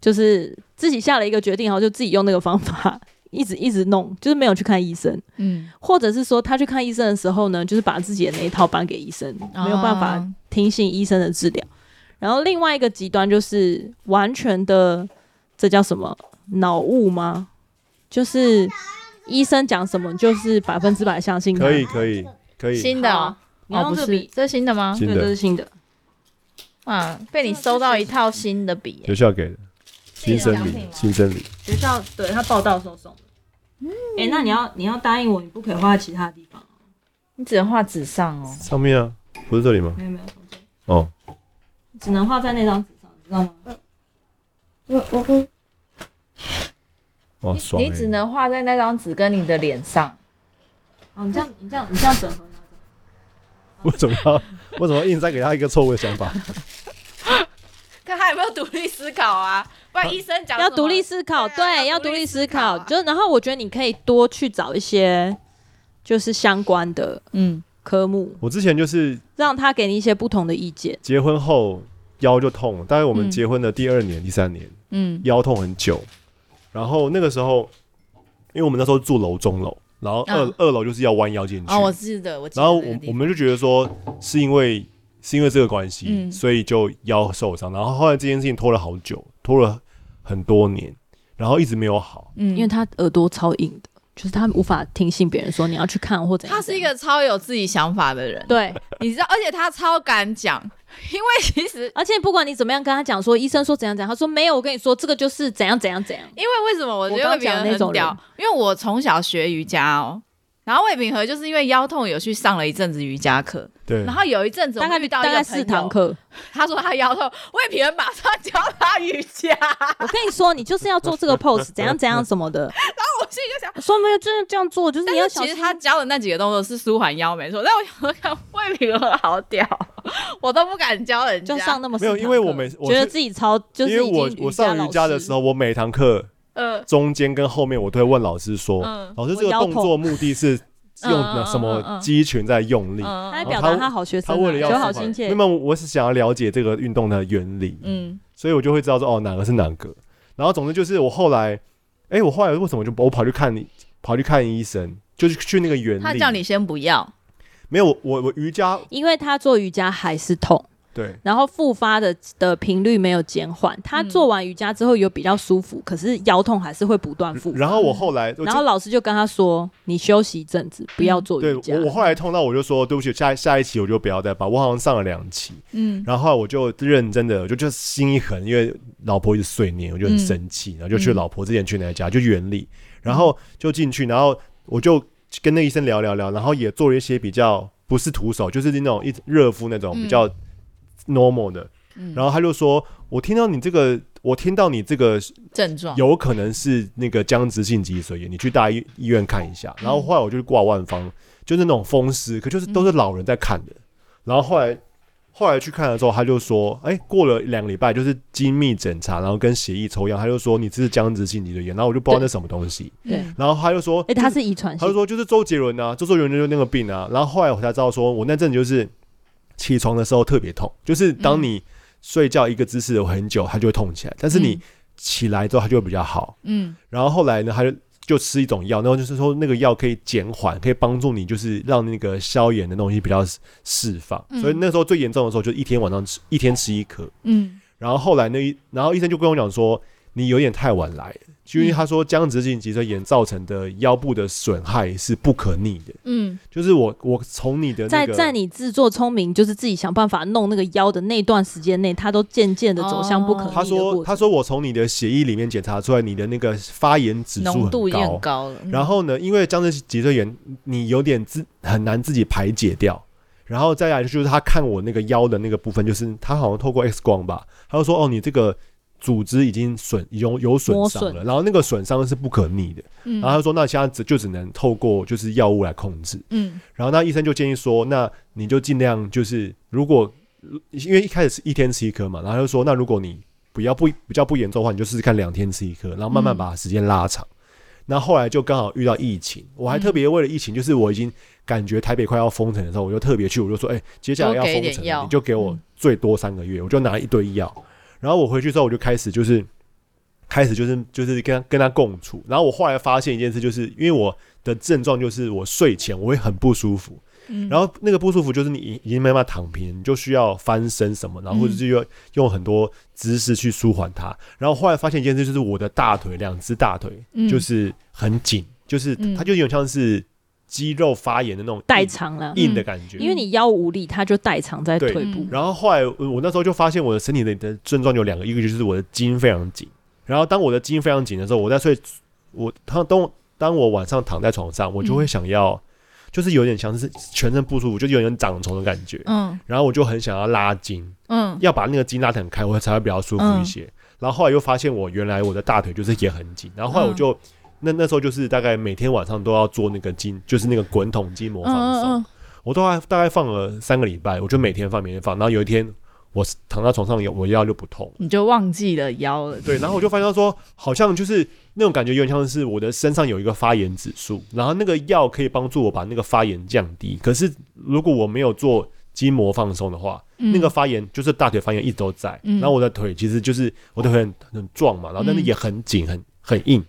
S1: 就是自己下了一个决定，然后就自己用那个方法。一直一直弄，就是没有去看医生，
S3: 嗯，
S1: 或者是说他去看医生的时候呢，就是把自己的那一套搬给医生，没有办法
S3: 啊
S1: 听信医生的治疗。然后另外一个极端就是完全的，这叫什么脑雾吗？就是医生讲什么就是百分之百相信他。
S2: 可以，可以，可以。
S3: 新的哦
S1: 好你要
S3: 哦
S1: 用
S3: 不
S1: 这个
S3: 是
S1: 笔，
S3: 这是新的吗？
S2: 新
S1: 对，这
S2: 的
S1: 是新的。
S3: 啊，被你收到一套新的笔耶，
S2: 学校给的新生
S1: 这个
S2: 理
S1: 奖品，吗
S2: 新生理。
S1: 学校对他报道的时候送的。哎、那你要你要答应我，你不可以花在其他地方。
S3: 你只能画纸上哦。
S2: 上面啊，不是这里吗？
S1: 没有没有，
S2: 哦，
S1: 只能画在那张纸上，你知道吗？
S4: 我我会
S2: 哦，
S3: 你
S2: 爽欸！
S3: 你只能画在那张纸跟你的脸上，
S1: 哦，你这样你这样你这样整合。
S2: 为什么要为什么要硬塞给他一个错误的想法？
S3: 看他有没有独立思考啊？不然医生讲
S1: 要
S3: 什么
S1: 独立思考，
S3: 对
S1: 对，
S3: 啊要
S1: 要
S3: 独
S1: 独
S3: 立
S1: 立
S3: 思
S1: 思
S3: 考
S1: 考。
S3: 啊
S1: 就是，然后我觉得你可以多去找一些就是相关的
S3: 嗯
S1: 科目，
S2: 我之前就是
S1: 让他给你一些不同的意见。
S2: 结婚后腰就痛了，大概我们
S3: 嗯
S2: 结婚的第二年、第三年，
S3: 嗯
S2: 腰痛很久。然后那个时候，因为我们那时候住楼中楼，然后二、
S3: 嗯
S2: 二楼就是要弯腰进去。
S3: 哦，我记得我记得
S2: 然后
S3: 那
S2: 我
S3: 个地
S2: 我
S3: 方
S2: 们就觉得说，是因为是因为这个关系，
S3: 嗯
S2: 所以就腰受伤。然后后来这件事情拖了好久，拖了很多年，然后一直没有好。
S3: 嗯
S1: 因为他耳朵超硬的，就是他无法听信别人说你要去看或怎样。
S3: 他是一个超有自己想法的人，
S1: 对，
S3: 你知道，而且他超敢讲，因为其实
S1: 而且不管你怎么样跟他讲说，医生说怎样怎样，他说没有，我跟你说这个就是怎样怎样怎样。
S3: 因为为什么我觉
S1: 我
S3: 得
S1: 刚
S3: 魏秉
S1: 讲
S3: 和
S1: 的那
S3: 很
S1: 种
S3: 屌
S1: 人？
S3: 因为我从小学瑜伽哦，然后魏秉和就是因为腰痛有去上了一阵子瑜伽课，
S2: 对
S3: 然，后有一阵子我
S1: 大概
S3: 遇到
S1: 大
S3: 一个
S1: 概
S3: 朋
S1: 四
S3: 友
S1: 堂，课，
S3: 他说他腰痛，魏秉和马上教他瑜 伽，
S1: 我跟你说，你就是要做这个 pose，怎样怎样什么的。
S3: 我心里就想。
S1: 说没有，真的这样做，就是
S3: 但
S1: 你要
S3: 是
S1: 小
S3: 其实
S1: 心。
S3: 他教的那几个动作是舒缓腰没错，但我想说看魏秉和好屌， 我都不敢教人家。
S1: 就上那么
S2: 没有
S1: 四堂
S2: 因为我
S1: 课
S2: 每我
S1: 觉得
S2: 是
S1: 自己超就是
S2: 因为我我上瑜伽的时
S1: 候，
S2: 候，我每堂课
S3: 呃，
S2: 中间跟后面我都会问老师说，
S3: 嗯
S2: 老师
S1: 我
S2: 这个
S1: 腰
S2: 动作目的是
S3: 嗯
S2: 用
S3: 嗯嗯
S2: 什
S3: 嗯嗯
S2: 么
S3: 嗯
S2: 肌群在用力？
S1: 他在
S3: 嗯
S2: 哦
S1: 表
S2: 他
S1: 达他好学
S2: 他
S1: 生啊，
S2: 为了要
S1: 求
S2: 舒
S1: 好
S2: 缓
S1: 心切
S2: 那。么我是想要了解这个运动的原理，
S3: 嗯，
S2: 所以我就会知道说哦哪个是哪个。然后总之就是我后来，哎、我后来为什么就我跑去看你，跑去看医生，就是去那个原理。
S3: 他叫你先不要，
S2: 没有我我我瑜伽
S1: 因为他做瑜伽还是痛，
S2: 对
S1: 然后复发的的频率没有减缓。他做完瑜伽之后有比较舒服，可是腰痛还是会不断复发。
S2: 嗯然后我后来我
S1: 然后老师就跟他说：“你休息一阵子，不要做
S2: 对
S1: 瑜伽。
S2: 我我后来痛到我就说对不起，下下一期我就不要再报，我好像上了两期，
S3: 嗯
S2: 然后后来我就认真的，我就就心一横，因为老婆一直碎念，我就很生气，然后就去老婆之前去那家就原理，然后就进去，然后我就跟那医生聊聊聊，然后也做了一些比较不是徒手，就是那种一热敷那种
S3: 嗯
S2: 比较 normal 的，
S3: 嗯
S2: 然后他就说，我听到你这个，我听到你这个
S3: 症状
S2: 有可能是那个僵直性脊髓炎，你去大医医院看一
S1: 嗯
S2: 下。然后后来我就去挂万方，就是那种风湿，可就是都是老人在看的。然后后来后来去看了之后，他就说，哎、过了两个礼拜，就是精密检查，然后跟血液抽样，他就说你这是僵直性脊髓炎。然后我就不知道那是什么东西，
S1: 对
S2: 然后他就说，
S1: 哎，他是遗传
S2: 他就
S1: 性，
S2: 说就是周杰伦啊，周杰伦就那个病啊。然后后来我才知道说，我那阵子就是起床的时候特别痛，就是当你睡觉一个姿势有很久，它就会痛起来，但是你
S3: 嗯
S2: 起来之后它就会比较好。
S3: 嗯
S2: 然后后来呢，他就就吃一种药，然后就是说那个药可以减缓，可以帮助你，就是让那个消炎的东西比较释释放。
S3: 嗯
S2: 所以那时候最严重的时候，就一天晚上吃一天吃一颗。
S3: 嗯
S2: 然后后来那一，然后医生就跟我讲说，你有点太晚来了。就因为他说僵直性脊椎炎造成的腰部的损害是不可逆的，
S3: 嗯，
S2: 就是我我从你的那
S1: 在
S2: 个
S1: 在你自作聪明，就是自己想办法弄那个腰的那段时间内，它都渐渐的走向不可逆的
S2: 哦他说
S1: 过
S2: 他
S1: 程
S2: 说我从你的血液里面检查出来你的那个发炎指数
S3: 浓度已经
S2: 很
S3: 很高
S1: 嗯
S3: 了。
S2: 然后呢，因为僵直脊椎炎，你有点自很难自己排解掉。然后再来就是他看我那个腰的那个部分，就是他好像透过 X 光吧，他就说哦，你这个组织已经损有有损
S1: 磨
S2: 伤了，
S1: 损
S2: 然后那个损伤是不可逆的。
S3: 嗯
S2: 然后他说那现在只就只能透过就是药物来控制。
S3: 嗯
S2: 然后那医生就建议说，那你就尽量就是，如果因为一开始是一天吃一颗嘛，然后他就说，那如果你不要不比较不严重的话，你就试试看两天吃一颗，然后慢慢
S3: 嗯
S2: 把时间拉长。那后来就刚好遇到疫情，我还特别为了疫情，就是我已经感觉台北快要封城的时候，我就特别去，我就说，哎、接下来要
S3: 多给一
S2: 封
S3: 点
S2: 城了，
S3: 药
S2: 你就给我
S3: 嗯
S2: 最多三个月，我就拿了一堆药。然后我回去之后，我就开始就是开始就是就是跟他跟他共处。然后我后来发现一件事，就是因为我的症状就是我睡前我会很不舒服，
S3: 嗯
S2: 然后那个不舒服就是你已已经没办法躺平，你就需要翻身什么，
S3: 嗯
S2: 然后或者是用用很多姿势去舒缓它。然后后来发现一件事，就是我的大腿两只大腿
S3: 嗯
S2: 就是很紧，就是
S3: 嗯
S2: 它就有点像是肌肉发炎的那种硬
S1: 代偿了，
S2: 硬的感觉，
S1: 因为你腰无力，它就代偿在
S2: 嗯对
S1: 腿部
S3: 嗯。
S2: 然后后来呃我那时候就发现我的身体的的症状有两个，一个就是我的筋非常紧，然后当我的筋非常紧的时候，我在睡，我当当我当我晚上躺在床上，我就会想要，就是有点像是全身不舒服，就有点长虫的感觉，
S3: 嗯
S2: 然后我就很想要拉筋，
S3: 嗯
S2: 要把那个筋拉得很开，我才会比较舒服一些。然后后来又发现我原来我的大腿就是也很紧，然后后来我
S3: 嗯
S2: 就、那那时候就是大概每天晚上都要做那个筋，就是那个滚筒筋膜放松。
S3: 嗯
S2: 我都还大概放了三个礼拜，我就每天放，每天放。然后有一天，我躺在床上，我腰就不痛。
S3: 你就忘记了腰了。
S2: 对，然后我就发现到说，好像就是那种感觉，有点像是我的身上有一个发炎指数，然后那个药可以帮助我把那个发炎降低。可是如果我没有做筋膜放松的话，
S3: 嗯
S2: 那个发炎就是大腿发炎一直都在。
S3: 嗯
S2: 然后我的腿其实就是我的腿很很壮嘛，然后但是也很紧，很很硬。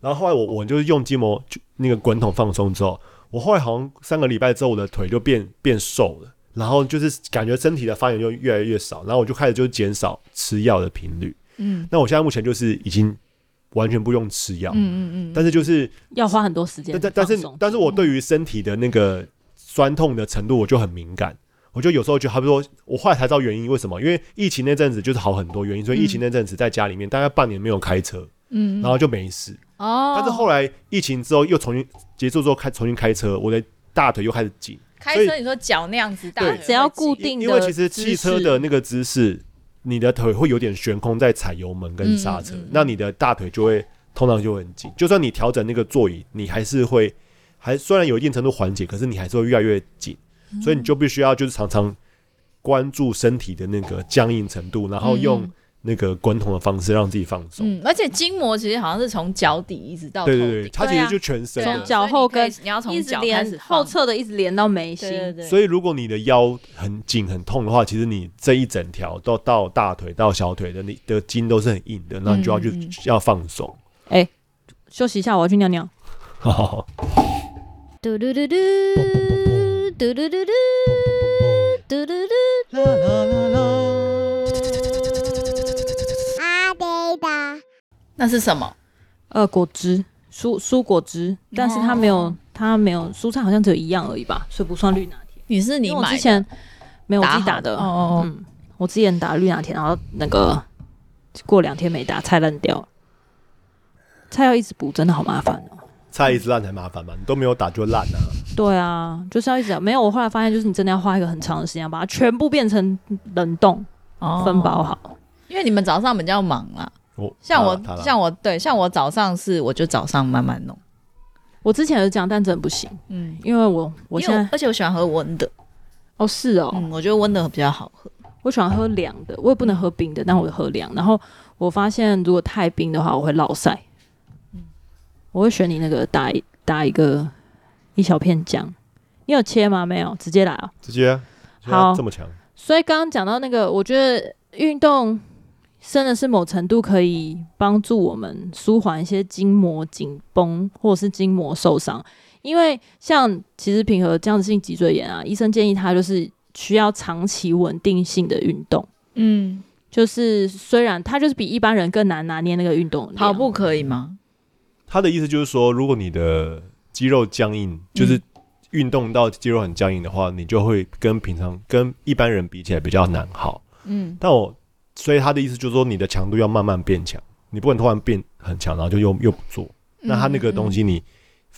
S2: 然后后来我我就是用筋膜就那个滚筒放松之后，我后来好像三个礼拜之后，我的腿就变变瘦了，然后就是感觉身体的发炎就越来越少，然后我就开始就减少吃药的频率。
S3: 嗯
S2: 那我现在目前就是已经完全不用吃药，
S3: 嗯嗯嗯，
S2: 但是就是
S1: 要花很多时间
S2: 但但但
S1: 放
S2: 是
S1: 松
S2: 但是我对于身体的那个酸痛的程度我就很敏感，我就有时候就好比说，我后来才知道原因为什么，因为疫情那阵子就是好很多原因，所以疫情那阵子在家里面大概半年没有开车，
S3: 嗯
S2: 然后就没事，
S3: 哦，
S2: 但是后来疫情之后又重新结束之后开重新开车，我的大腿又开始紧，
S3: 开
S2: 所以
S3: 车你说脚那样子大
S2: 对
S3: 腿会
S1: 只要固
S3: 紧
S1: 定的
S2: 因为其实汽车嗯
S1: 姿势
S2: 的那个姿势，你的腿会有点悬空在踩油门跟刹车，
S3: 嗯嗯嗯
S2: 那你的大腿就会通常就会很紧。就算你调整那个座椅，你还是会还虽然有一定程度缓解，可是你还是会越来越紧，所以你就必须要就是常常关注身体的那个僵硬程度，然后用
S3: 嗯
S2: 那个滚筒的方式让自己放松。
S3: 嗯，而且筋膜其实好像是从脚底一直到头
S2: 对
S3: 顶，
S2: 对对，它其
S1: 对
S2: 实
S1: 啊
S2: 就全身
S3: 对啊
S2: 的。
S1: 从脚后跟
S3: 所以你可以你要
S1: 一
S3: 从
S1: 直
S3: 脚开始
S1: 连后
S3: 放，
S1: 侧的一直连到眉
S3: 对对
S1: 心，
S3: 对，
S2: 所以，如果你的腰很紧、很痛的话，其实你这一整条都到大腿到小腿的，你的筋都是很硬的，那你就要去、
S3: 嗯嗯
S2: 要放松。
S1: 哎休息一下，我要去尿尿。
S4: 嘟嘟嘟嘟，嘟嘟嘟嘟，嘟嘟嘟。阿呆吧，
S3: 那是什么？
S1: 呃，果汁，蔬蔬果汁，但是它没有，
S3: 哦
S1: 它没有蔬菜，好像只有一样而已吧，所以不算绿拿铁。
S3: 你是你
S1: 因为我
S3: 买
S1: 之
S3: 的
S1: 前没有我自己
S3: 打
S1: 打
S3: 好
S1: 的，
S3: 哦哦哦
S1: 嗯，我之前打绿拿铁，然后那个过两天没打，菜烂掉了，菜要一直补，真的好麻烦哦。
S2: 菜一直烂才麻烦嘛，你都没有打就烂啊。
S1: 对啊，就是要一直打。没有，我后来发现，就是你真的要花一个很长的时间，把它全部变成冷冻
S3: 哦
S1: 分包好。
S3: 因为你们早上比较忙啦，
S2: 我
S3: 像我、
S2: 啊他啦
S3: 像我对像我早上是我就早上慢慢弄，
S1: 我之前有讲，但真的不行，
S3: 嗯，
S1: 因为我我
S3: 因
S1: 现
S3: 为
S1: 在
S3: 而且我喜欢喝温的，
S1: 哦是哦，
S3: 嗯，我觉得温的比较好喝，
S1: 我喜欢喝凉的，我也不能喝冰的，但我喝凉。然后我发现，如果太冰的话，我会落晒。我会选你那个打一打一个一小片姜，你有切吗？没有，直接来哦。
S2: 直接啊
S1: 好
S2: 现在这么强，
S1: 所以刚刚讲到那个，我觉得运动真的是某程度可以帮助我们舒缓一些筋膜紧绷或者是筋膜受伤，因为像其实平和这样子性脊椎炎啊，医生建议他就是需要长期稳定性的运动。
S3: 嗯
S1: 就是虽然它就是比一般人更难拿捏那个运动量
S3: 跑步可以吗？
S2: 他的意思就是说，如果你的肌肉僵硬，
S1: 嗯
S2: 就是运动到肌肉很僵硬的话，你就会跟平常跟一般人比起来比较难好。
S3: 嗯，
S2: 但我所以他的意思就是说，你的强度要慢慢变强，你不能突然变很强，然后就又又不做，
S1: 嗯
S2: 那他那个东
S3: 西，
S2: 西你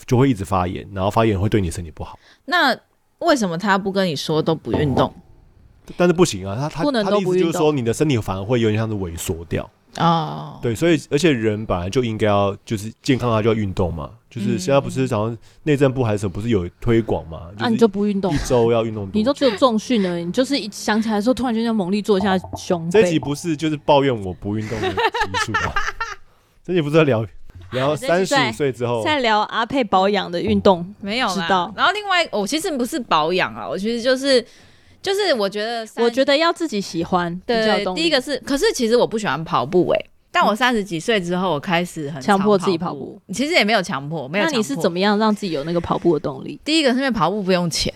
S2: 就会一直发炎，然后发炎会对你身体不好。
S3: 那为什么他不跟你说都不运动
S2: 但是不行啊，他他
S1: 不能
S2: 他的
S1: 都
S2: 意
S1: 不
S2: 思就
S1: 运
S2: 是
S1: 动
S2: 说，你的身体反而会有点像是萎缩掉。
S3: 哦？
S2: 对，所以而且人本来就应该要就是健康，他就要运动嘛。就是现在不是好像内政部还是什么不是有推广嘛？
S1: 啊，你就
S2: 就
S1: 是不运动
S2: 一，周要运动多久。
S1: 你就只有重训而已，你就是一想起来的时候，突然就要猛力做一下胸
S2: 这一集
S1: 背。
S2: 不是就是抱怨我不运动的集数吗？ 这一集不是在聊聊
S1: 这
S2: 三
S1: 一集
S2: 十
S1: 在
S2: 五岁之后
S1: 在聊阿佩保养的运动，
S3: 没有啦
S1: 知道
S3: 然后另外，我、其实不是保养啊，我其实就是就是我觉得三，
S1: 我觉得要自己喜欢比较有
S3: 对
S1: 动力
S3: 第一个是，可是其实我不喜欢跑步诶、欸但我三十几岁之后，我开始很
S1: 强
S3: 常
S1: 迫自己
S3: 跑
S1: 跑步。
S3: 其实也没有强迫，没有
S1: 那
S3: 强迫。
S1: 你是怎么样让自己有那个跑步的动 力？
S3: 第一个是因为跑步不用钱，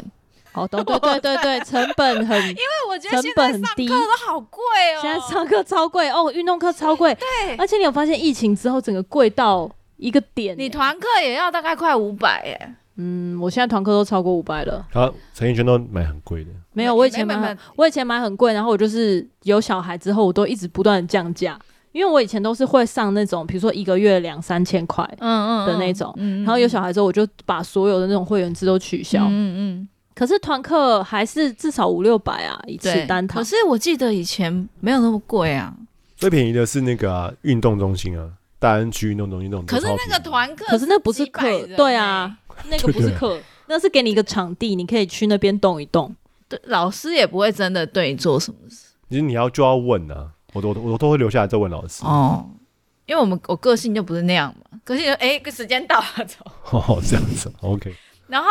S1: 哦，对对对对对，成本很，因为
S3: 对，我觉
S1: 成本很低。
S3: 好贵哦
S1: 现在上课超贵哦，运动课超贵，
S3: 对
S1: 而且你有发现疫情之后整个贵到一个点欸。
S3: 你团课也要大概快五百哎，
S1: 嗯，我现在团课都超过五百了。
S2: 啊，陈奕迅都买很贵的，
S1: 没有，
S3: 没
S1: 我以前
S3: 没
S1: 买
S3: 没
S1: 很
S3: 没
S1: 我以前买很贵，然后我就是有小孩之后，我都一直不断的降价，因为我以前都是会上那种，比如说一个月两三千块，
S3: 嗯嗯
S1: 的那种
S3: 嗯
S1: 然后有小孩之后，我就把所有的那种会员制都取消。
S3: 嗯嗯，
S1: 可是团课还是至少五六百啊，一次
S3: 对，
S1: 单
S3: 可
S1: 堂。
S3: 是我记得以前没有那么贵啊，
S2: 最便宜的是那个啊运、动中心啊，大安区运动中心那种都
S3: 可
S2: 超
S3: 是
S2: 便宜。
S3: 那个团课，
S1: 可是那不是
S3: 几百欸
S1: 课
S3: 人，
S1: 对啊，那个不是
S2: 对
S1: 课，那是给你一个场地，你可以去那边动一动。
S3: 欸，对，老师也不会真的对你做什么事
S2: 其实你要就要问啊，我都我都会留下来再问老师。
S3: 哦，因为我们我个性就不是那样嘛，个性就哎，个时间到了走，
S2: 哦， 这样子，OK，
S3: 然后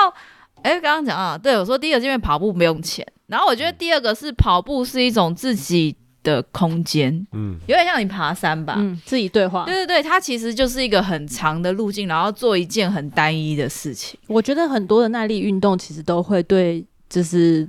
S3: 哎，刚刚讲啊，对我说第一个是因为跑步没用钱，然后我觉得第二个是跑步是一种自己的空间，
S2: 嗯，
S3: 有点像你爬山吧，
S1: 嗯，自己对话。
S3: 对对对，它其实就是一个很长的路径，然后做一件很单一的事情。
S1: 我觉得很多的耐力运动其实都会对，就是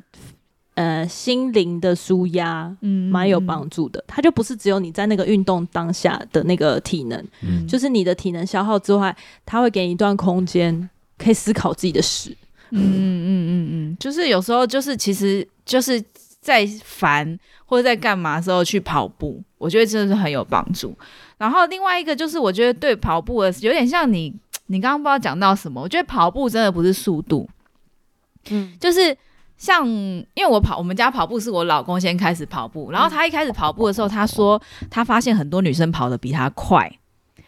S1: 呃心灵的舒压
S3: 嗯
S1: 蛮有帮助的。它就不是只有你在那个运动当下的那个体能，
S2: 嗯
S1: 就是你的体能消耗之外，它会给你一段空间，可以思考自己的事。
S3: 嗯嗯嗯嗯，就是有时候就是其实就是在烦或者在干嘛的时候去跑步，我觉得真的是很有帮助。然后另外一个就是我觉得对跑步的有点像你，你刚刚不知道讲到什么，我觉得跑步真的不是速度，
S1: 嗯，
S3: 就是像，因为我跑，我们家跑步是我老公先开始跑步，然后他一开始跑步的时候，他说他发现很多女生跑得比他快，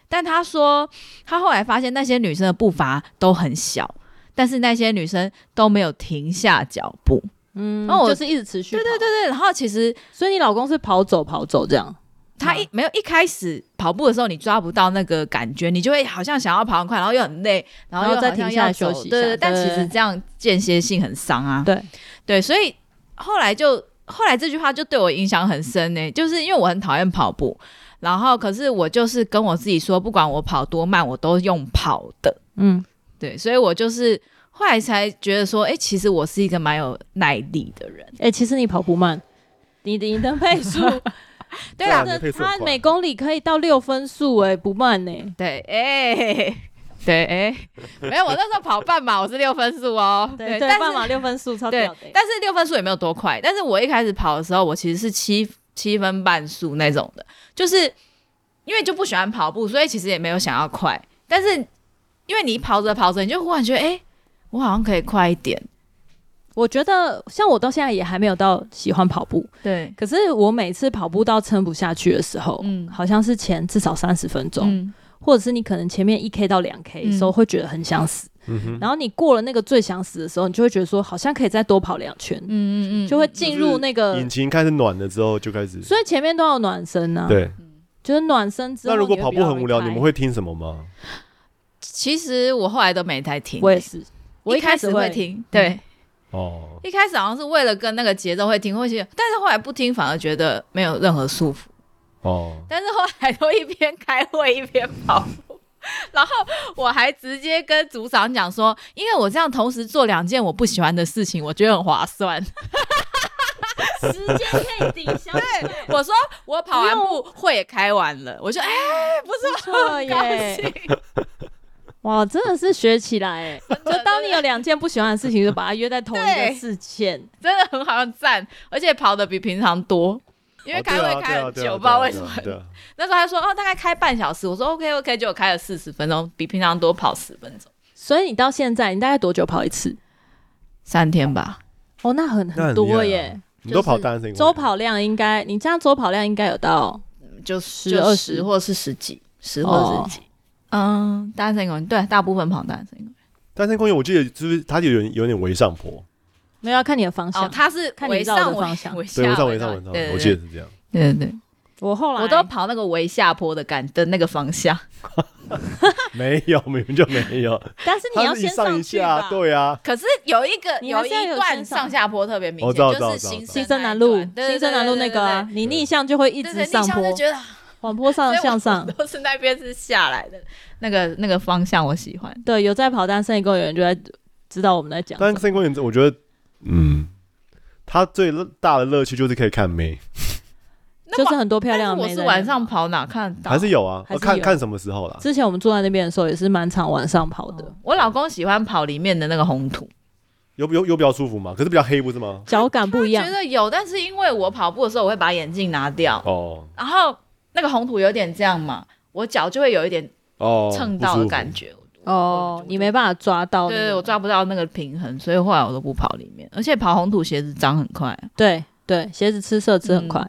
S3: 但他说他后来发现那些女生的步伐都很小，但是那些女生都没有停下脚步。
S1: 嗯，
S3: 那我
S1: 就是一直持续。
S3: 对对对，对，然后其实
S1: 所以你老公是跑走跑走这样。
S3: 他一没有一开始跑步的时候，你抓不到那个感觉，你就会好像想要跑很快，然后又很累，然后
S1: 然
S3: 又
S1: 后再
S3: 好像
S1: 停下来
S3: 要走
S1: 休息一
S3: 对
S1: 下
S3: 对，但其
S1: 对
S3: 实这样间歇性很伤啊。
S1: 对
S3: 对，所以后来就后来这句话就对我影响很深呢、就是因为我很讨厌跑步，然后可是我就是跟我自己说，不管我跑多慢，我都用跑的。
S1: 嗯，
S3: 对，所以我就是后来才觉得说，哎、其实我是一个蛮有耐力的人。
S1: 哎、其实你跑不慢，你的你的配速，
S3: 对
S2: 啊
S3: 啦，
S2: 你的配速很
S1: 他
S2: 快
S1: 每公里可以到六分速、哎，不慢呢、
S3: 对，哎、对，哎、没有，我那时候跑半马，我是六分速哦。
S1: 对
S3: 但是
S1: 对，半马六分速超
S3: 对
S1: 屌的、，欸
S3: 但是六分速也没有多快。但是我一开始跑的时候，我其实是七七分半速那种的，就是因为就不喜欢跑步，所以其实也没有想要快。但是因为你跑着跑着，你就忽然觉得，哎、我好像可以快一点。
S1: 我觉得像我到现在也还没有到喜欢跑步，
S3: 对，
S1: 可是我每次跑步到撑不下去的时候，
S3: 嗯
S1: 好像是前至少三十分钟，
S3: 嗯
S1: 或者是你可能前面一 K 到两 K 的时候
S3: 嗯
S1: 会觉得很想死，
S2: 嗯哼，
S1: 然后你过了那个最想死的时候，你就会觉得说好像可以再多跑两圈，
S3: 嗯嗯嗯，
S1: 就会进入那个，
S2: 引擎开始暖了之后就开始，
S1: 所以前面都要有暖身啊，，
S2: 对。
S1: 就是暖身之后。
S2: 那如果跑步很无聊，你们
S1: 会？
S2: 会听什么吗？
S3: 其实我后来都没太听，
S1: 我也是，我
S3: 一开始会
S1: 会，嗯
S3: 听，对，
S2: 哦，
S3: 一开始好像是为了跟那个节奏会听，会听，但是后来不听反而觉得没有任何束缚。
S2: 哦，
S3: 但是后来都一边开会一边跑步，然后我还直接跟组长讲说， 因为我这样同时做两件我不喜欢的事情，我觉得很划算。
S1: 时间可以抵消。对，
S3: 我说我跑完步会也开完了，我就哎、不
S1: 不
S3: 是
S1: 错
S3: 很高
S1: 耶！
S3: 兴，
S1: 哇，真的是学起来哎！
S3: 的
S1: 就当你有两件不喜欢的事情，就把它约在同一个
S3: 对
S1: 事件。
S3: 真的很好很赞，而且跑的比平常多。因
S2: 哦
S3: 为开会开很久，不知道为什么。
S2: 啊 对啊，
S3: 那时候他说哦，大概开半小时，我说 OK OK，结果开了四十分钟，比平常多跑十分钟，
S1: 所以你到现在，你大概多久跑一次？
S3: 三天吧。
S1: 哦，那很
S2: 那很厉害
S1: 多
S2: 啊
S1: 耶！
S2: 你都跑
S1: 就是
S2: 单身，
S1: 周跑量应该，你这样周跑量应该有到
S3: 就
S1: 10
S3: 就
S1: 20
S3: 十或是十几，十或
S1: 哦
S3: 十几。嗯，单身公园对，大部分跑单身公园。
S2: 单身公园，我记得就是它有点有点围上坡，
S1: 没有？要看你的方向
S3: 哦，。他是
S1: 看你
S3: 围
S1: 绕
S3: 上
S1: 的
S3: 围
S1: 方向
S3: 围
S2: 对，围
S3: 下
S2: 上围上围上，
S3: 对
S2: 我记得是 这样。
S3: 对对对，
S1: 我后来
S3: 我都跑那个围下坡的感的那个方向。
S2: 没有，明明就没有，
S1: 但是你要
S2: 它是一
S1: 先
S2: 上一
S1: 去
S2: 下，
S1: 吧。
S2: 对啊，
S3: 可是有一个
S1: 你还
S3: 一
S1: 是要有
S3: 段
S1: 先上
S3: 上下坡特别明
S2: 我
S3: 显，
S2: 哦知道知
S3: 就
S2: 道
S3: 是
S2: 知道
S3: 新
S1: 新
S3: 生
S1: 生南路，
S3: 新
S1: 新生南路那个啊，你逆向就会一
S3: 对
S1: 直
S3: 对，
S1: 上
S3: 逆向
S1: 坡
S3: 就，觉得
S1: 往坡上
S3: 所以我
S1: 向上。
S3: 都是那边是下来的那个那个方向，我喜欢。
S1: 对，有在跑单身公园就在知道我们在讲什
S2: 单
S1: 么。
S2: 身公园，我觉得，嗯，它最乐大的乐趣就是可以看妹，
S3: 那
S1: 就是
S3: 晚
S1: 很多漂亮
S3: 但
S1: 的妹在
S3: 是我是
S1: 那边
S3: 晚上跑哪看得到？
S2: 还是有啊，
S1: 还是有
S2: 看看什么时候啦。
S1: 之前我们住在那边的时候，也是蛮常晚上跑的，
S3: 我老公喜欢跑里面的那个红土，
S2: 有有有比较舒服吗？可是比较黑不是吗？
S1: 脚感不一样
S3: 觉。得有，但是因为我跑步的时候我会把眼镜拿掉，
S2: 哦
S3: 然后那个红土有点这样嘛，我脚就会有一点
S2: 哦，
S3: 蹭到的
S2: 不
S3: 感
S2: 舒服。
S3: 觉。
S1: 哦，你没办法抓到、那
S3: 对，
S1: 个
S3: 我抓不到那个平衡，所以后来我都不跑里面，而且跑红土鞋子脏很快。啊
S1: 对对，鞋子吃色吃很快。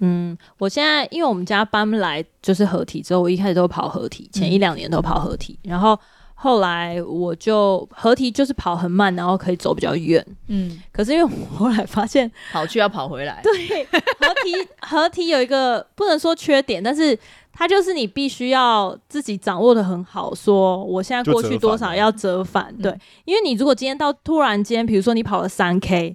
S1: 嗯我现在因为我们家搬来就是合体之后，我一开始都跑合体，前一两年都跑合体，然后后来我就合体就是跑很慢，然后可以走比较远。
S3: 嗯，
S1: 可是因为我后来发现，
S3: 跑去要跑回来。
S1: 对合体 合体有一个不能说缺点，但是它就是你必须要自己掌握的很好，说我现在
S2: 就
S1: 过
S2: 折
S1: 去多
S2: 返
S1: 少
S2: 了
S1: 要折返，对，因为你如果今天到突然间，比如说你跑了三 K。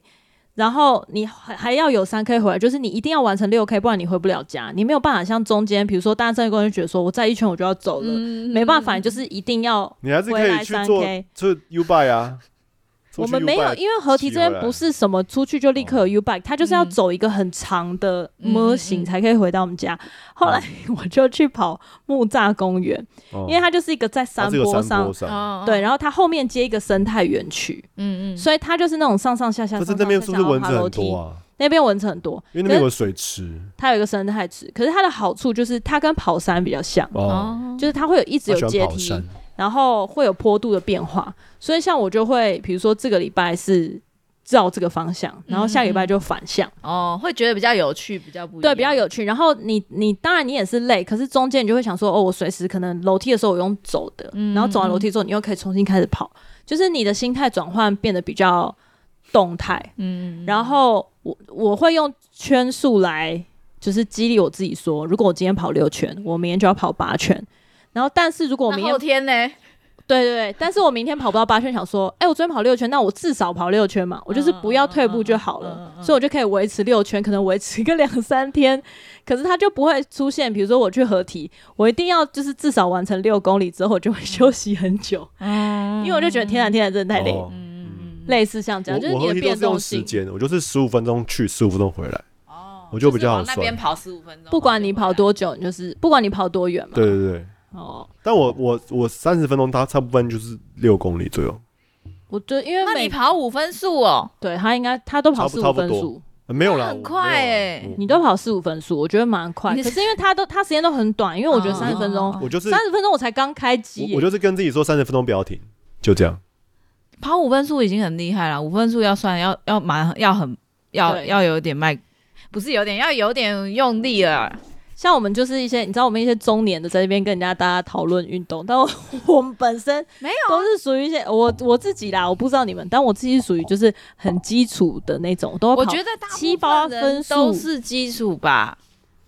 S1: 然后你还还要有三 K 回来，就是你一定要完成六 K，不然你回不了家，你没有办法像中间，比如说大家这个工人觉得说我再一圈我就要走了，
S3: 嗯
S1: 嗯没办法，你就是一定要
S2: 你还是可
S1: 回
S2: 以
S1: 来
S2: 去
S1: 三
S2: 做
S1: K
S2: 去 U b y 啊。出
S1: 我
S2: 去
S1: 们没有，
S2: U-bike
S1: 因为合体这边不是什么出去就立刻有 U
S2: 哦
S1: bike，它就是要
S3: 嗯
S1: 走一个很长的
S3: 嗯
S1: 模
S3: 嗯
S1: 型才可以回到我们家。后来 我就去跑木栅公园，
S2: 哦
S1: 因为它就是一个在
S2: 它
S1: 山
S2: 是有
S1: 坡
S2: 山
S1: 上
S2: 坡，上，
S3: 哦
S1: 对，，然后它后面接一个生态园区，
S3: 嗯嗯，
S1: 所以它就是那种上上下下。
S2: 但是
S1: 上
S2: 那
S1: 上
S2: 边
S1: 下
S2: 是
S1: 下
S2: 不是蚊
S1: 爬
S2: 子
S1: 楼
S2: 很
S1: 梯
S2: 多？啊？
S1: 那边蚊子很多，
S2: 因为那边
S1: 可
S2: 有个水池
S1: 它有一个生态池，可是它的好处就是它跟跑山比较像，
S3: 嗯
S2: 哦，
S1: 就是它会有一直
S2: 我
S1: 有
S2: 喜
S1: 阶
S2: 欢跑
S1: 梯，
S2: 山，
S1: 然后会有坡度的变化，所以像我就会，比如说这个礼拜是照这个方向，
S3: 嗯
S1: 然后下个礼拜就反向，
S3: 哦，会觉得比较有趣，比较不一样
S1: 对，比较有趣。然后你你当然你也是累，可是中间你就会想说，哦，我随时可能楼梯的时候我用走的，
S3: 嗯
S1: 然后走完楼梯之后你又可以重新开始跑，就是你的心态转换变得比较动态。
S3: 嗯，嗯，
S1: 然后我我会用圈数来就是激励我自己说，如果我今天跑六圈，我明天就要跑八圈。然后，但是如果我
S3: 那
S1: 明天
S3: 后天呢？
S1: 对对对，但是我明天跑不到八圈，想说，哎、我昨天跑六圈，那我至少跑六圈嘛，我就是不要退步就好了，
S3: 嗯嗯嗯嗯嗯
S1: 所以我就可以维持六圈，可能维持个两三天，可是它就不会出现，比如说我去合体，我一定要就是至少完成六公里之后，我就会休息很久，
S3: 嗯
S1: 因为我就觉得天然啊天然真的太累，
S2: 哦
S3: 嗯
S1: 类似像这样，就是
S2: 我我
S1: 你
S2: 合
S1: 的
S2: 体都
S1: 变
S2: 是用
S1: 动
S2: 时
S1: 性，
S2: 间，我就是十五分钟去，十五分钟回来。
S3: 哦
S2: 我就比较好
S3: 就是往那
S2: 算
S3: 边跑十五分钟，
S1: 不管你跑多久，你就是不管你跑多远嘛，
S2: 对对对，
S1: 哦，
S2: 但我我我三十分钟，它差不多就是六公里左右，
S1: 我就因为
S3: 那
S1: 每
S3: 你跑五分速哦，
S1: 对他应该他都跑
S2: 差不
S1: 四
S2: 差
S1: 五
S2: 不
S1: 分
S2: 多
S1: 数。
S2: 呃没有啦，
S3: 那很
S2: 我
S3: 快欸
S2: 没有
S1: 你都跑四五分数，我觉得蛮快。
S3: 你
S1: 可是嗯因为他都他时间都很短，因为我觉得
S3: 哦
S1: 三十分钟
S3: 哦
S2: 我我就是
S1: 三十分钟我才刚开机欸
S2: 我
S1: 耶，
S2: 我就是跟自己说三十分钟不要停，就这样。
S3: 跑五分速已经很厉害了，五分速要算要要蛮要很要
S1: 对
S3: 要有点迈，不是有点要有点用力了，
S1: 像我们就是一些你知道我们一些中年的在那边跟人家大家讨论运动，但我我们本身
S3: 没
S1: 都是属于一些我我自己啦，我不知道你们，但我自己属于就是很基础的那种，都会
S3: 我
S1: 跑
S3: 觉得大部分
S1: 七八分
S3: 人
S1: 速
S3: 都是基础吧，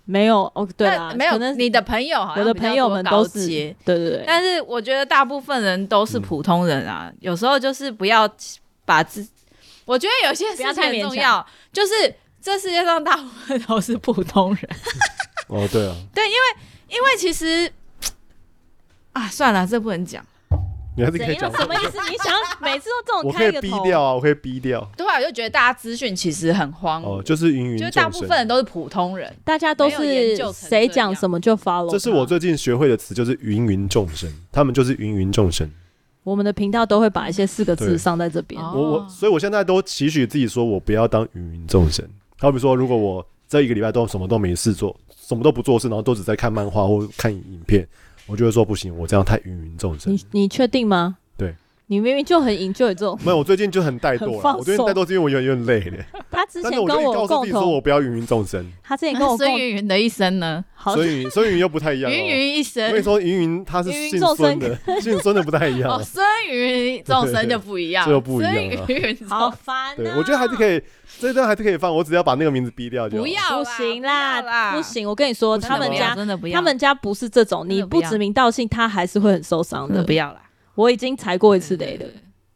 S1: 没有哦，对啦
S3: 但，没有
S1: 可能
S3: 你的朋友好像
S1: 我的
S3: 比较
S1: 朋友们都
S3: 多高
S1: 是
S3: 阶
S1: 对对对，
S3: 但是我觉得大部分人都是普通人啊，有时候就是不要把自，我觉得有些事
S1: 不要
S3: 情
S1: 太
S3: 很
S1: 勉
S3: 重
S1: 强
S3: 要，就是这世界上大部分都是普通人，
S2: 哦，对啊，
S3: 因为其实啊，算了，这不能讲，
S2: 你还是
S1: 怎
S2: 可以讲
S1: 样？，什么意思？你想要每次都这种
S2: 我可
S1: 开
S2: 以
S1: 一个
S2: 逼
S1: 头？嗯
S2: 掉啊，我可以逼掉。
S3: 对啊，我就觉得大家资讯其实很荒
S2: 哦，
S3: 芜，
S2: 就是芸芸
S3: 就是
S2: 众
S3: 大
S2: 生。
S3: 部分人都是普通人。
S1: 大家都
S3: 没有研
S1: 是
S3: 究成这
S1: 谁
S3: 样
S1: 讲什么就 follow 他。
S2: 这是我最近学会的词，就是芸芸众生，他们就是芸芸众生。
S1: 我们的频道都会把一些四个字
S2: 对
S1: 上在这边。
S3: 哦
S2: 我我，所以我现在都期许自己，说我不要当芸芸众生。好比说，如果我这一个礼拜都什么都没事做，什么都不做事，然后都只在看漫画或看影片，我就会说不行，我这样太芸芸众生
S1: 你。你确定吗？
S2: 对，
S1: 你明明就很 enjoy 这 种。
S2: 没有，我最近就很怠
S1: 很
S2: 惰
S1: 放松
S2: 了。我最近怠惰是因为我有点累了，
S1: 他之
S2: 但
S1: 前
S2: 是我就
S1: 跟
S2: 一告诉自
S1: 共
S2: 己说我
S1: 同，
S2: 不要芸芸众生。
S1: 他之前跟我 共
S3: 孙云云的一生呢？
S1: 好
S2: 所以所以又不太一样、哦。
S3: 云云一生
S2: 我跟你说，云云她是
S1: 芸芸
S2: 姓
S1: 众生
S2: 孙的，姓孙的不太一样
S3: 哦，
S2: 哦。
S3: 孙云众生就不一样，
S2: 这就不一样了
S3: 孙云云众
S1: 好烦
S2: 对
S1: 啊！，
S2: 我觉得还是可以，这段还是可以放，我只要把那个名字逼掉就好
S3: 不要啦
S1: 不行
S3: 不要啦
S1: 啦，不行！我跟你说，他们
S2: 不要
S1: 家
S3: 真的不要，
S1: 他们家不是这种，
S3: 真
S1: 你
S3: 的不要
S1: 不指名道姓，他还是会很受伤
S3: 真的
S1: 的
S3: 不。要啦。
S1: 我已经踩过一次雷了，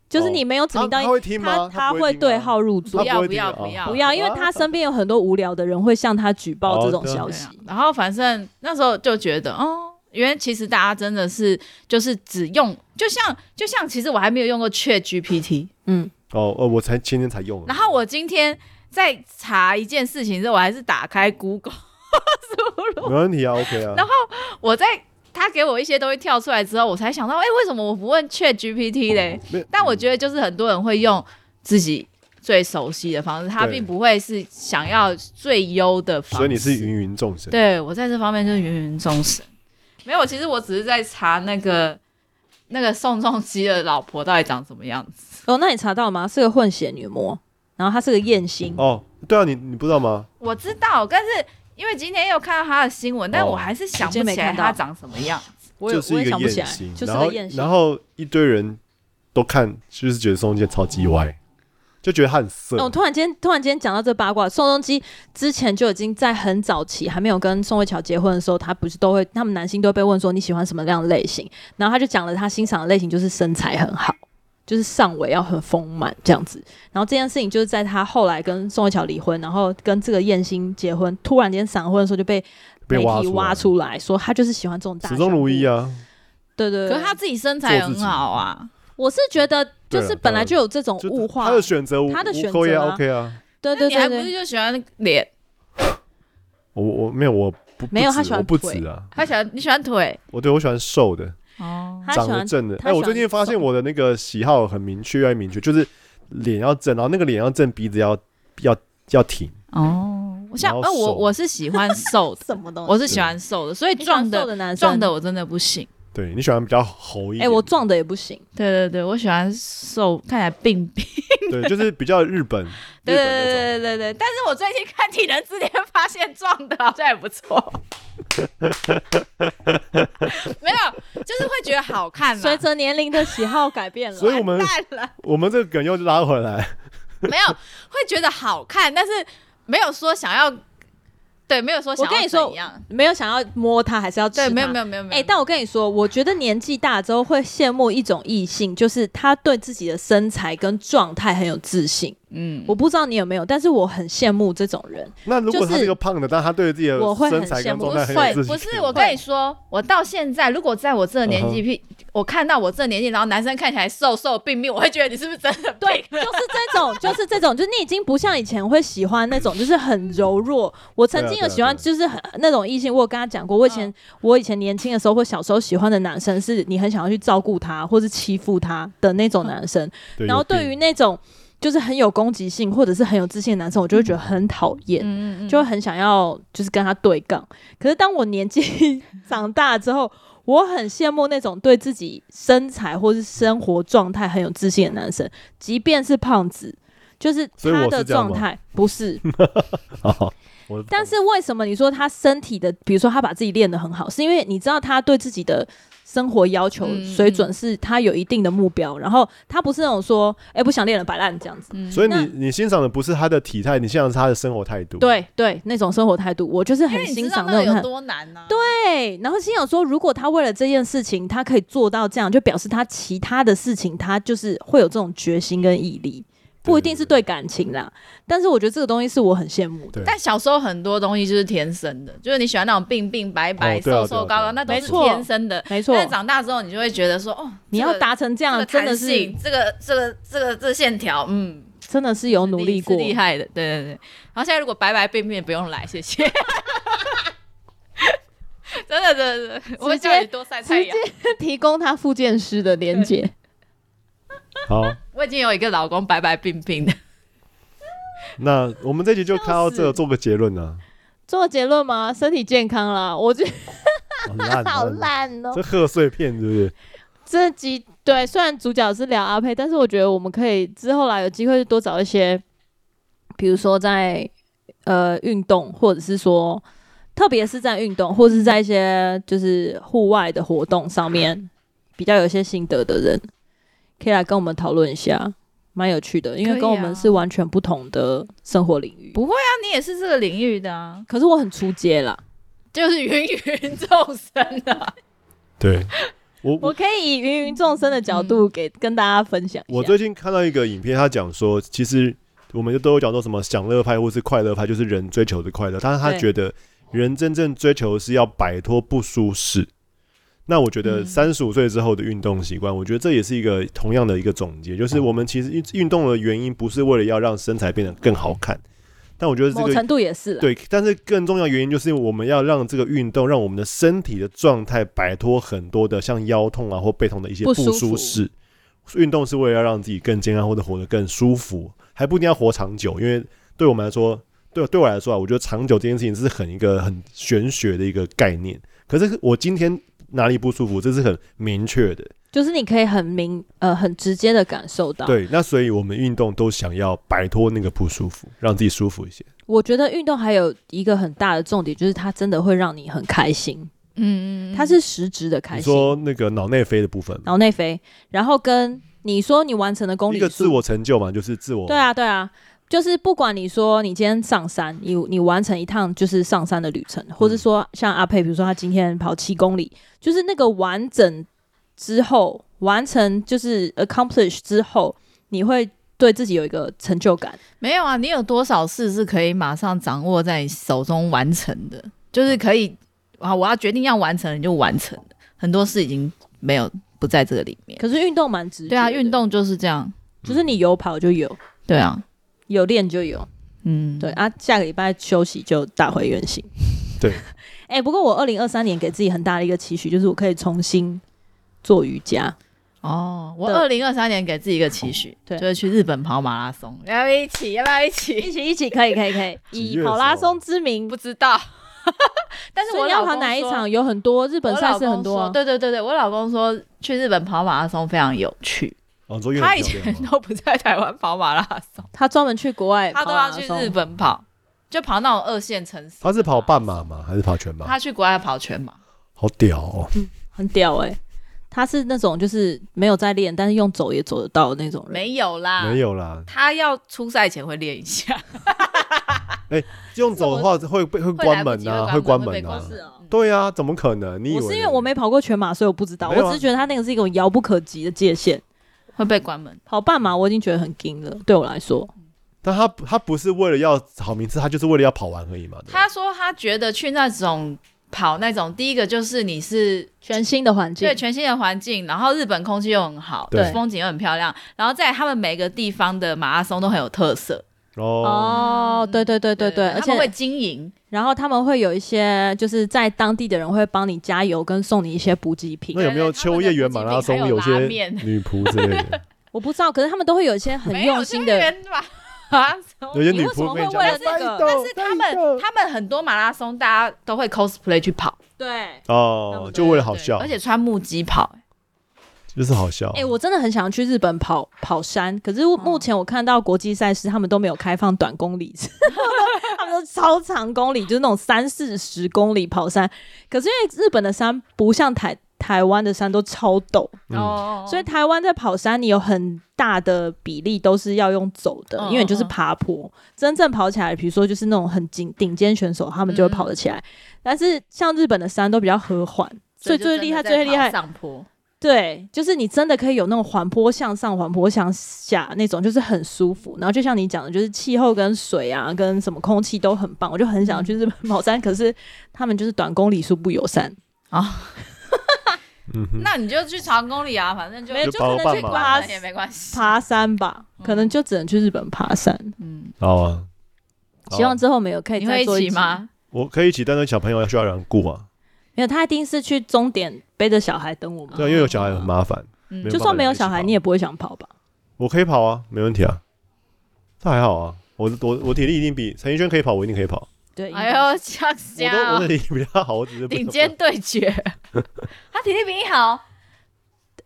S1: 就是
S2: 哦
S1: 你没有指
S2: 他
S1: 名道
S2: 他
S1: 姓，
S2: 会听吗？
S1: 他
S2: 不
S1: 会
S2: 听吗
S1: 对号入
S2: 他
S1: 座
S3: 不。要
S2: 会
S3: 不要
S2: 听啊
S3: 不要
S1: 不要，因为他身边有很多无聊的人会向他举报这种
S2: 哦
S1: 消
S3: 对
S1: 息
S3: 啊。，然后反正那时候就觉得，哦，原来其实大家真的是就是只用，就像就像其实我还没有用过 Chat GPT，
S1: 嗯，
S2: 哦哦，我才前天才用了。
S3: 然后我今天在查一件事情之后，我还是打开 Google 输入，
S2: 没问题啊，OK 啊。
S3: 然后我在。他给我一些东西跳出来之后，我才想到，哎、为什么我不问 Chat
S2: 哦
S3: GPT 嘞？
S2: 没有
S3: 但我觉得就是很多人会用自己最熟悉的方式，他
S2: 对
S3: 并不会是想要最优的方式。
S2: 所以你是芸芸众生。
S3: 对我在这方面就是芸芸众生。没有，其实我只是在查那个那个宋仲基的老婆到底长什么样子。
S1: 哦，那你查到吗？是个混血女魔，然后她是个艳星。
S2: 哦，对啊，你你不知道吗？
S3: 我知道，但是因为今天又看到他的新闻，但
S2: 哦
S3: 我还是想不
S1: 直接没
S3: 起来
S1: 看到
S3: 他长什么样。
S1: 我也
S2: 就是
S1: 我也
S2: 一个
S1: 想不起
S2: 艳
S1: 来，
S2: 星，
S1: 就是
S2: 然后
S1: 个艳星
S2: 然。后一堆人都看，就是觉得宋仲基超级歪，就觉得他很色。
S1: 哦，突然间，突然间讲到这八卦，宋仲基之前就已经在很早期还没有跟宋慧乔结婚的时候，他不是都会，他们男星都会被问说你喜欢什么样的类型，然后他就讲了他欣赏的类型就是身材很好，就是上围要很丰满这样子。然后这件事情就是在他后来跟宋慧乔离婚，然后跟这个艳星结婚，突然间闪婚的时候就被
S2: 被
S1: 媒
S2: 挖
S1: 体
S2: 出来
S1: 挖出来说他就是喜欢这种大，
S2: 始终如一
S1: 啊，
S2: 啊，
S1: 对对
S3: 可
S1: 对。
S3: 是他自己身材很好啊，
S1: 我是觉得
S2: 对
S1: 就
S2: 啊
S1: 是本来就有这种
S2: 就
S1: 物化，
S2: 他的选择无，
S1: 他的
S2: 无
S1: 选
S2: 扣也
S1: 择啊
S2: OK 啊。
S1: 对
S3: 那
S1: 对
S3: 你还
S1: 对
S3: 不是
S1: 对，
S3: 就喜欢脸？
S2: 我我没有我不
S1: 没有
S2: 不止
S1: 他喜欢
S2: 我不
S1: 腿
S2: 止啊，
S3: 他喜欢你喜欢腿
S2: 我对我喜欢瘦的，
S3: 哦
S1: 他
S2: 长
S1: 喜
S2: 得
S1: 欢
S2: 正的。
S1: 他
S2: 哎，
S1: 喜
S2: 我最
S1: 欢
S2: 近发现
S1: 瘦
S2: 我的那个喜好很明确，越来越明确，就是脸要正，然后那个脸要正，鼻子要要要挺。
S3: 哦，我想
S2: 然后
S3: 哦，我
S2: 瘦
S3: 我是喜欢瘦的，
S1: 什么东西？
S3: 我是喜欢瘦的，所以
S1: 你喜欢
S3: 壮
S1: 瘦
S3: 的
S1: 的男生
S3: 壮的我真的不行。
S2: 对你喜欢比较猴一
S1: 哎、
S2: 点，
S1: 我壮的也不行，
S3: 对对对，我喜欢瘦，看起来病病。
S2: 对，就是比较 日本，日
S3: 对
S2: 本
S3: 对
S2: 那种。
S3: 对对对对，但是我最近看体能之巅，发现撞的好像也 不错。没有，就是会觉得好看啦，
S1: 随着年龄的喜好改变了。
S2: 所以我们
S3: 烂了，
S2: 我们这个梗又拉回来，
S3: 没有会觉得好看，但是没有说想要，对，没有说想要
S1: 我跟你说
S3: 怎样，
S1: 没有想要摸它，还是要吃
S3: 对，没有
S1: 它
S3: 没有没有没
S1: 哎、
S3: 有，
S1: 但我跟你说，我觉得年纪大之后会羡慕一种异性，就是他对自己的身材跟状态很有自信。
S3: 嗯，
S1: 我不知道你有没有，但是我很羡慕这种人。
S2: 那如果
S1: 就是
S2: 他是个胖的，但他对自己的
S1: 我会很
S2: 身材
S1: 羡
S2: 跟
S1: 慕
S2: 状态很
S3: 会
S2: 有自信，
S3: 不是我跟你说，我到现在如果在我这个年纪，
S2: 嗯
S3: 譬我看到我这个年纪，然后男生看起来瘦瘦病病，我会觉得你是不是真的
S1: 对
S3: 病，
S1: 就是这种，就是这种，就是你已经不像以前会喜欢那种，就是很柔弱。我曾经有喜欢，
S2: 对
S1: 就是很那种异性，我有跟他讲过，我以前、
S3: 嗯
S1: 我以前年轻的时候或小时候喜欢的男生，是你很想要去照顾他或是欺负他的那
S3: 嗯
S1: 种男生。
S2: 对
S1: 然后
S2: 有病
S1: 对于那种就是很有攻击性或者是很有自信的男生，我就会觉得很讨厌。
S3: 嗯嗯嗯
S1: 就会很想要就是跟他对杠。可是当我年 纪长大之后，我很羡慕那种对自己身材或是生活状态很有自信的男生，即便是胖子，就是
S2: 所以我
S1: 他
S2: 是
S1: 的
S2: 这样
S1: 状
S2: 吗
S1: 态不 是。
S2: 哦我
S1: 但是为什么你说他身体的，比如说他把自己练得很好，是因为你知道他对自己的。生活要求
S3: 嗯
S1: 水准是他有一定的目标，然后他不是那种说，哎、不想练了摆烂这样子。
S3: 嗯
S2: 所以
S1: 那
S2: 你你欣赏的不是他的体态，你欣赏的是他的生活态度。，
S1: 对对，那种生活态度，我就是
S3: 因
S1: 很
S3: 为你
S1: 欣
S3: 知道
S1: 赏
S3: 那个
S1: 种态
S3: 有
S1: 度
S3: 多难啊呢、对，
S1: 对，啊然后心想说，如果他为了这件事情，他可以做到这样，就表示他其他的事情，他就是会有这种决心跟毅力，不一定是对感情啦，但是我觉得这个东西是我很羡慕的。
S2: 对，
S3: 但小时候很多东西就是天生的，就是你喜欢那种病病白白、
S2: 哦对啊
S3: 瘦瘦高
S2: 对啊对啊
S3: 高，那都
S1: 没
S3: 是
S1: 错
S3: 天生的。
S1: 没错
S3: 但，是长大之后，你就会觉得说，哦，
S1: 你要达成这样
S3: 这
S1: 的
S3: 个
S1: 真的
S3: 弹
S1: 是
S3: 性，这个这个这个这个线条，嗯，
S1: 真的是有努力过
S3: 是，厉害的，对对对。然后现在如果白白病病，不用来，谢 谢。真的真的真的，我会叫你多晒太
S1: 直
S3: 阳。
S1: 接 提供他复健师的连接。
S2: 好，
S3: 我已经有一个老公白白病病的，
S2: 那我们这集就看到这
S1: 笑
S2: 个
S1: 死
S2: 做个结论啊，
S1: 做结论吗？身体健康啦，我觉
S2: 好
S1: 得
S2: 烂，
S1: 好
S2: 好烂，
S1: 烂哦、
S2: 这贺岁片是不是？
S1: 这集对，虽然主角是聊阿佩，但是我觉得我们可以之后来有机会多找一些，比如说在呃运动，或者是说，特别是在运动，或者是在一些就是户外的活动上面，比较有一些心得的人，可以来跟我们讨论一下，蛮有趣的，因
S3: 可
S1: 为
S3: 以
S1: 跟我
S3: 啊
S1: 们是完全不同的生活领域。
S3: 不会啊，你也是这个领域的啊，
S1: 可是我很出街啦，
S3: 就是芸芸众生啊。
S2: 对，我
S1: 我可以以芸芸众生的角度给、跟大家分享一下。
S2: 我最近看到一个影片，他讲说，其实我们就都有讲说什么享乐派或是快乐派，就是人追求的快乐，但是他
S1: 对
S2: 觉得人真正追求是要摆脱不舒适。那我觉得
S3: 嗯
S2: 三十五岁之后的运动习惯，我觉得这也是一个同样的一个总结，就是我们其实运运动的原因不是为了要让身材变得更好看，但我觉得这
S1: 某
S2: 个
S1: 程度也是啦，
S2: 对，但是更重要的原因就是我们要让这个运动，让我们的身体的状态摆脱很多的像腰痛啊或背痛的一些
S1: 不
S2: 不
S1: 舒
S2: 舒
S1: 服
S2: 适。运动是为了要让自己更健康或者活得更舒服，还不一定要活长久，因为对我们来说，对对我来说啊，我觉得长久这件事情是很一个很玄学的一个概念。可是我今天哪里不舒服，这是很明确的。
S1: 就是你可以很明呃很直接的感受到。，
S2: 对，那所以我们运动都想要摆脱那个不舒服，让自己舒服一些。
S1: 我觉得运动还有一个很大的重点，就是它真的会让你很开心，
S3: 嗯
S1: 它是实质的
S2: 你
S1: 开心，
S2: 说那个脑内啡的部分吗，
S1: 脑内啡，然后跟你说你完成的公
S2: 一
S1: 里
S2: 个自
S1: 数，
S2: 我成就嘛，就是自我
S1: 对啊对啊。就是不管你说你今天上山，你你完成一趟就是上山的旅程，或
S2: 嗯
S1: 是说像阿佩，比如说他今天跑七公里，就是那个完整之后，完成就是 accomplish 之后，你会对自己有一个成就感。
S3: 没有啊，你有多少事是可以马上掌握在你手中完成的？就是可以啊，我要决定要完成你就完成了很多事已经没有不在这个里面。
S1: 可是运动蛮直觉
S3: 对
S1: 的
S3: 啊，运动就是这样。
S1: 就是你有跑就有，
S3: 对啊，
S1: 有练就有。
S3: 嗯，
S1: 对，啊，下个礼拜休息就打回原形。
S2: 对，
S1: 哎、不过我二零二三年给自己很大的一个期许，就是我可以重新做瑜伽。
S3: 哦，我
S1: 对
S3: 二零二三年给自己一个期许，
S1: 对
S3: 就是去日本跑马拉松，哦要不要一起，要不要一起？
S1: 一起一起，可以可以可以，
S2: 几
S1: 以
S2: 月的时候
S1: 跑拉松之名。
S3: 不知道， 但是
S1: 所
S3: 我
S1: 以要
S3: 老
S1: 跑
S3: 公
S1: 哪一
S3: 说
S1: 场？有很多日本
S3: 我
S1: 赛
S3: 老
S1: 事
S3: 公
S1: 很多、
S3: 说
S1: 啊。
S3: 对对对对，我老公说去日本跑马拉松非常有趣，
S2: 哦，卓越
S3: 他
S2: 很
S3: 以
S2: 漂
S3: 前
S2: 亮吗
S3: 都不在台湾跑马拉松，
S1: 他专门去国外
S3: 他
S1: 跑
S3: 都
S1: 马
S3: 要
S1: 拉
S3: 去
S1: 松，
S3: 日本跑，就跑那种二线城市。
S2: 他是跑半马吗？还是跑全马？
S3: 他去国外跑全马，
S2: 好屌哦！
S1: 很屌哎、他是那种就是没有在练，但是用走也走得到的那种人。
S3: 没有啦，
S2: 没。有啦，
S3: 他要出赛前会练一下，
S2: 用走的话会被会关门
S3: 会来不
S2: 啊，会
S3: 及会
S2: 关
S3: 关门
S2: 门
S3: 会被
S2: 啊
S3: 公。司
S1: 哦。
S2: 对啊，怎么可能？你以为
S1: 我是因为我没跑过全马，所以我不知道。
S2: 没有啊
S1: 我只是觉得他那个是一种遥不可及的界限。
S3: 会被关门。
S1: 跑半马我已经觉得很惊了，对我来说，
S2: 但他他不是为了要好名次，他就是为了要跑完而已嘛。对吧
S3: 他说他觉得去那种跑那种，第一个就是你是
S1: 全新的环境，
S3: 对全新的环境，然后日本空气又很好，
S2: 对
S3: 风景又很漂亮，然后在他们每个地方的马拉松都很有特色，
S2: 哦，
S1: 哦，对对对对对，而
S3: 他们会
S1: 且
S3: 经营，
S1: 然后他们会有一些就是在当地的人会帮你加油跟送你一些补给品
S2: 那，有没有
S3: 对对他
S2: 秋
S3: 们的
S2: 叶原马拉松
S3: 附近
S2: 有
S3: 还有
S2: 些
S3: 拉面
S2: 女仆之类的？
S1: 我不知道，可是他们都会有一些很
S3: 没有
S1: 用心
S3: 这个
S1: 的，
S3: 人 吧。马拉松
S2: 有些女
S1: 你为什
S2: 仆
S1: 么
S2: 跟
S1: 会
S2: 你
S1: 为了这
S2: 讲
S1: 个？
S3: 但是他们他们很多马拉松，大家都会 cosplay 去跑，
S1: 对。
S2: 哦，就为了好笑，
S3: 而且穿木屐跑，欸
S2: 就是好
S3: 哦
S2: 笑。
S1: 哎、我真的很想去日本跑跑山，可是我目前我看到国际赛事，他们都没有开放短公里， 他们都超长公里，就是那种三四十公里跑山。可是因为日本的山不像台台湾的山都超陡，
S2: 嗯，
S3: 哦，
S1: 所以台湾在跑山，你有很大的比例都是要用走的，
S3: 嗯
S1: 因为你就是爬坡。真正跑起来，比如说就是那种很顶顶尖选手，他们就会跑得起来。但是像日本的山都比较和缓，所以最厉害最厉害
S3: 上坡，
S1: 对，就是你真的可以有那种缓坡向上、缓坡向下那种，就是很舒服。然后就像你讲的，就是气候跟水啊，跟什么空气都很棒。我就很想去日本跑山，可是他们就是短公里数不友善，
S2: 嗯哼，
S3: 那你就去长公里啊，反正就
S1: 没有
S2: 就
S1: 可
S2: 包
S1: 能去
S2: 办嘛
S1: 爬
S3: 也没关系。
S1: 爬山吧，可能就只能去日本爬山。
S3: 嗯，
S2: 好啊。好啊
S1: 希望之后没有可以
S3: 你
S1: 再
S3: 会一
S1: 做
S3: 起
S1: 集？
S3: 吗？
S2: 我可以一起，但是小朋友需要有人顾啊。
S1: 没有，他一定是去终点背着小孩等我们。
S2: 对啊，因为有小孩很麻烦。
S3: 嗯
S2: 没有
S1: 就算没有小
S2: 办法
S1: 孩，
S2: 一起跑
S1: 你也不会想跑吧？
S2: 我可以跑啊，没问题啊。这还好啊，我我我体力一定比陈奕迅可以跑，我一定可以跑。
S1: 对，
S3: 哎呦，吓死
S2: 我都我
S3: 我
S2: 的！体力比他好，我只是不
S3: 顶尖对 决，他体力比你好，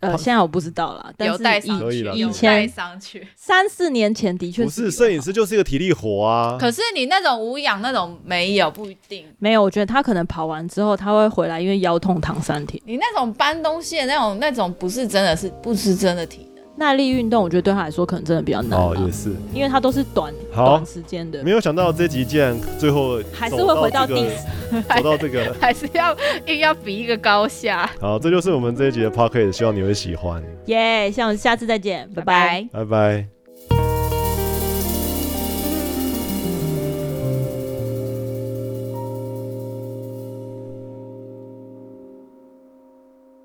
S1: 呃，现在我不知道啦，但
S3: 有带
S1: 是
S3: 上
S1: 以
S2: 可以
S3: 去，
S2: 了
S3: 有
S1: 以前
S3: 带上去。
S1: 三四年前的确
S2: 不是摄影师就是一个体力活啊。
S3: 可是你那种无氧那种没有不一定，
S1: 没有，我觉得他可能跑完之后他会回来，因为腰痛躺三天。
S3: 你那种搬东西的那种那种不是真的是不是真的体能。
S1: 耐力运动，我觉得对他来说可能真的比较难吧，
S2: 哦，也是，
S1: 因为他都是短
S2: 好
S1: 短时间的
S2: 没，有想到这集竟然最后
S1: 还是
S2: 走
S1: 会回到
S2: 到这
S1: 第
S2: 个
S1: 四。
S2: 走到这个。
S3: 还是要硬要比一个高下。
S2: 好，这就是我们这一集的 p o c k e t 希望你会喜欢，
S1: 耶！希望下次再见，拜拜
S3: 拜。
S2: 拜拜。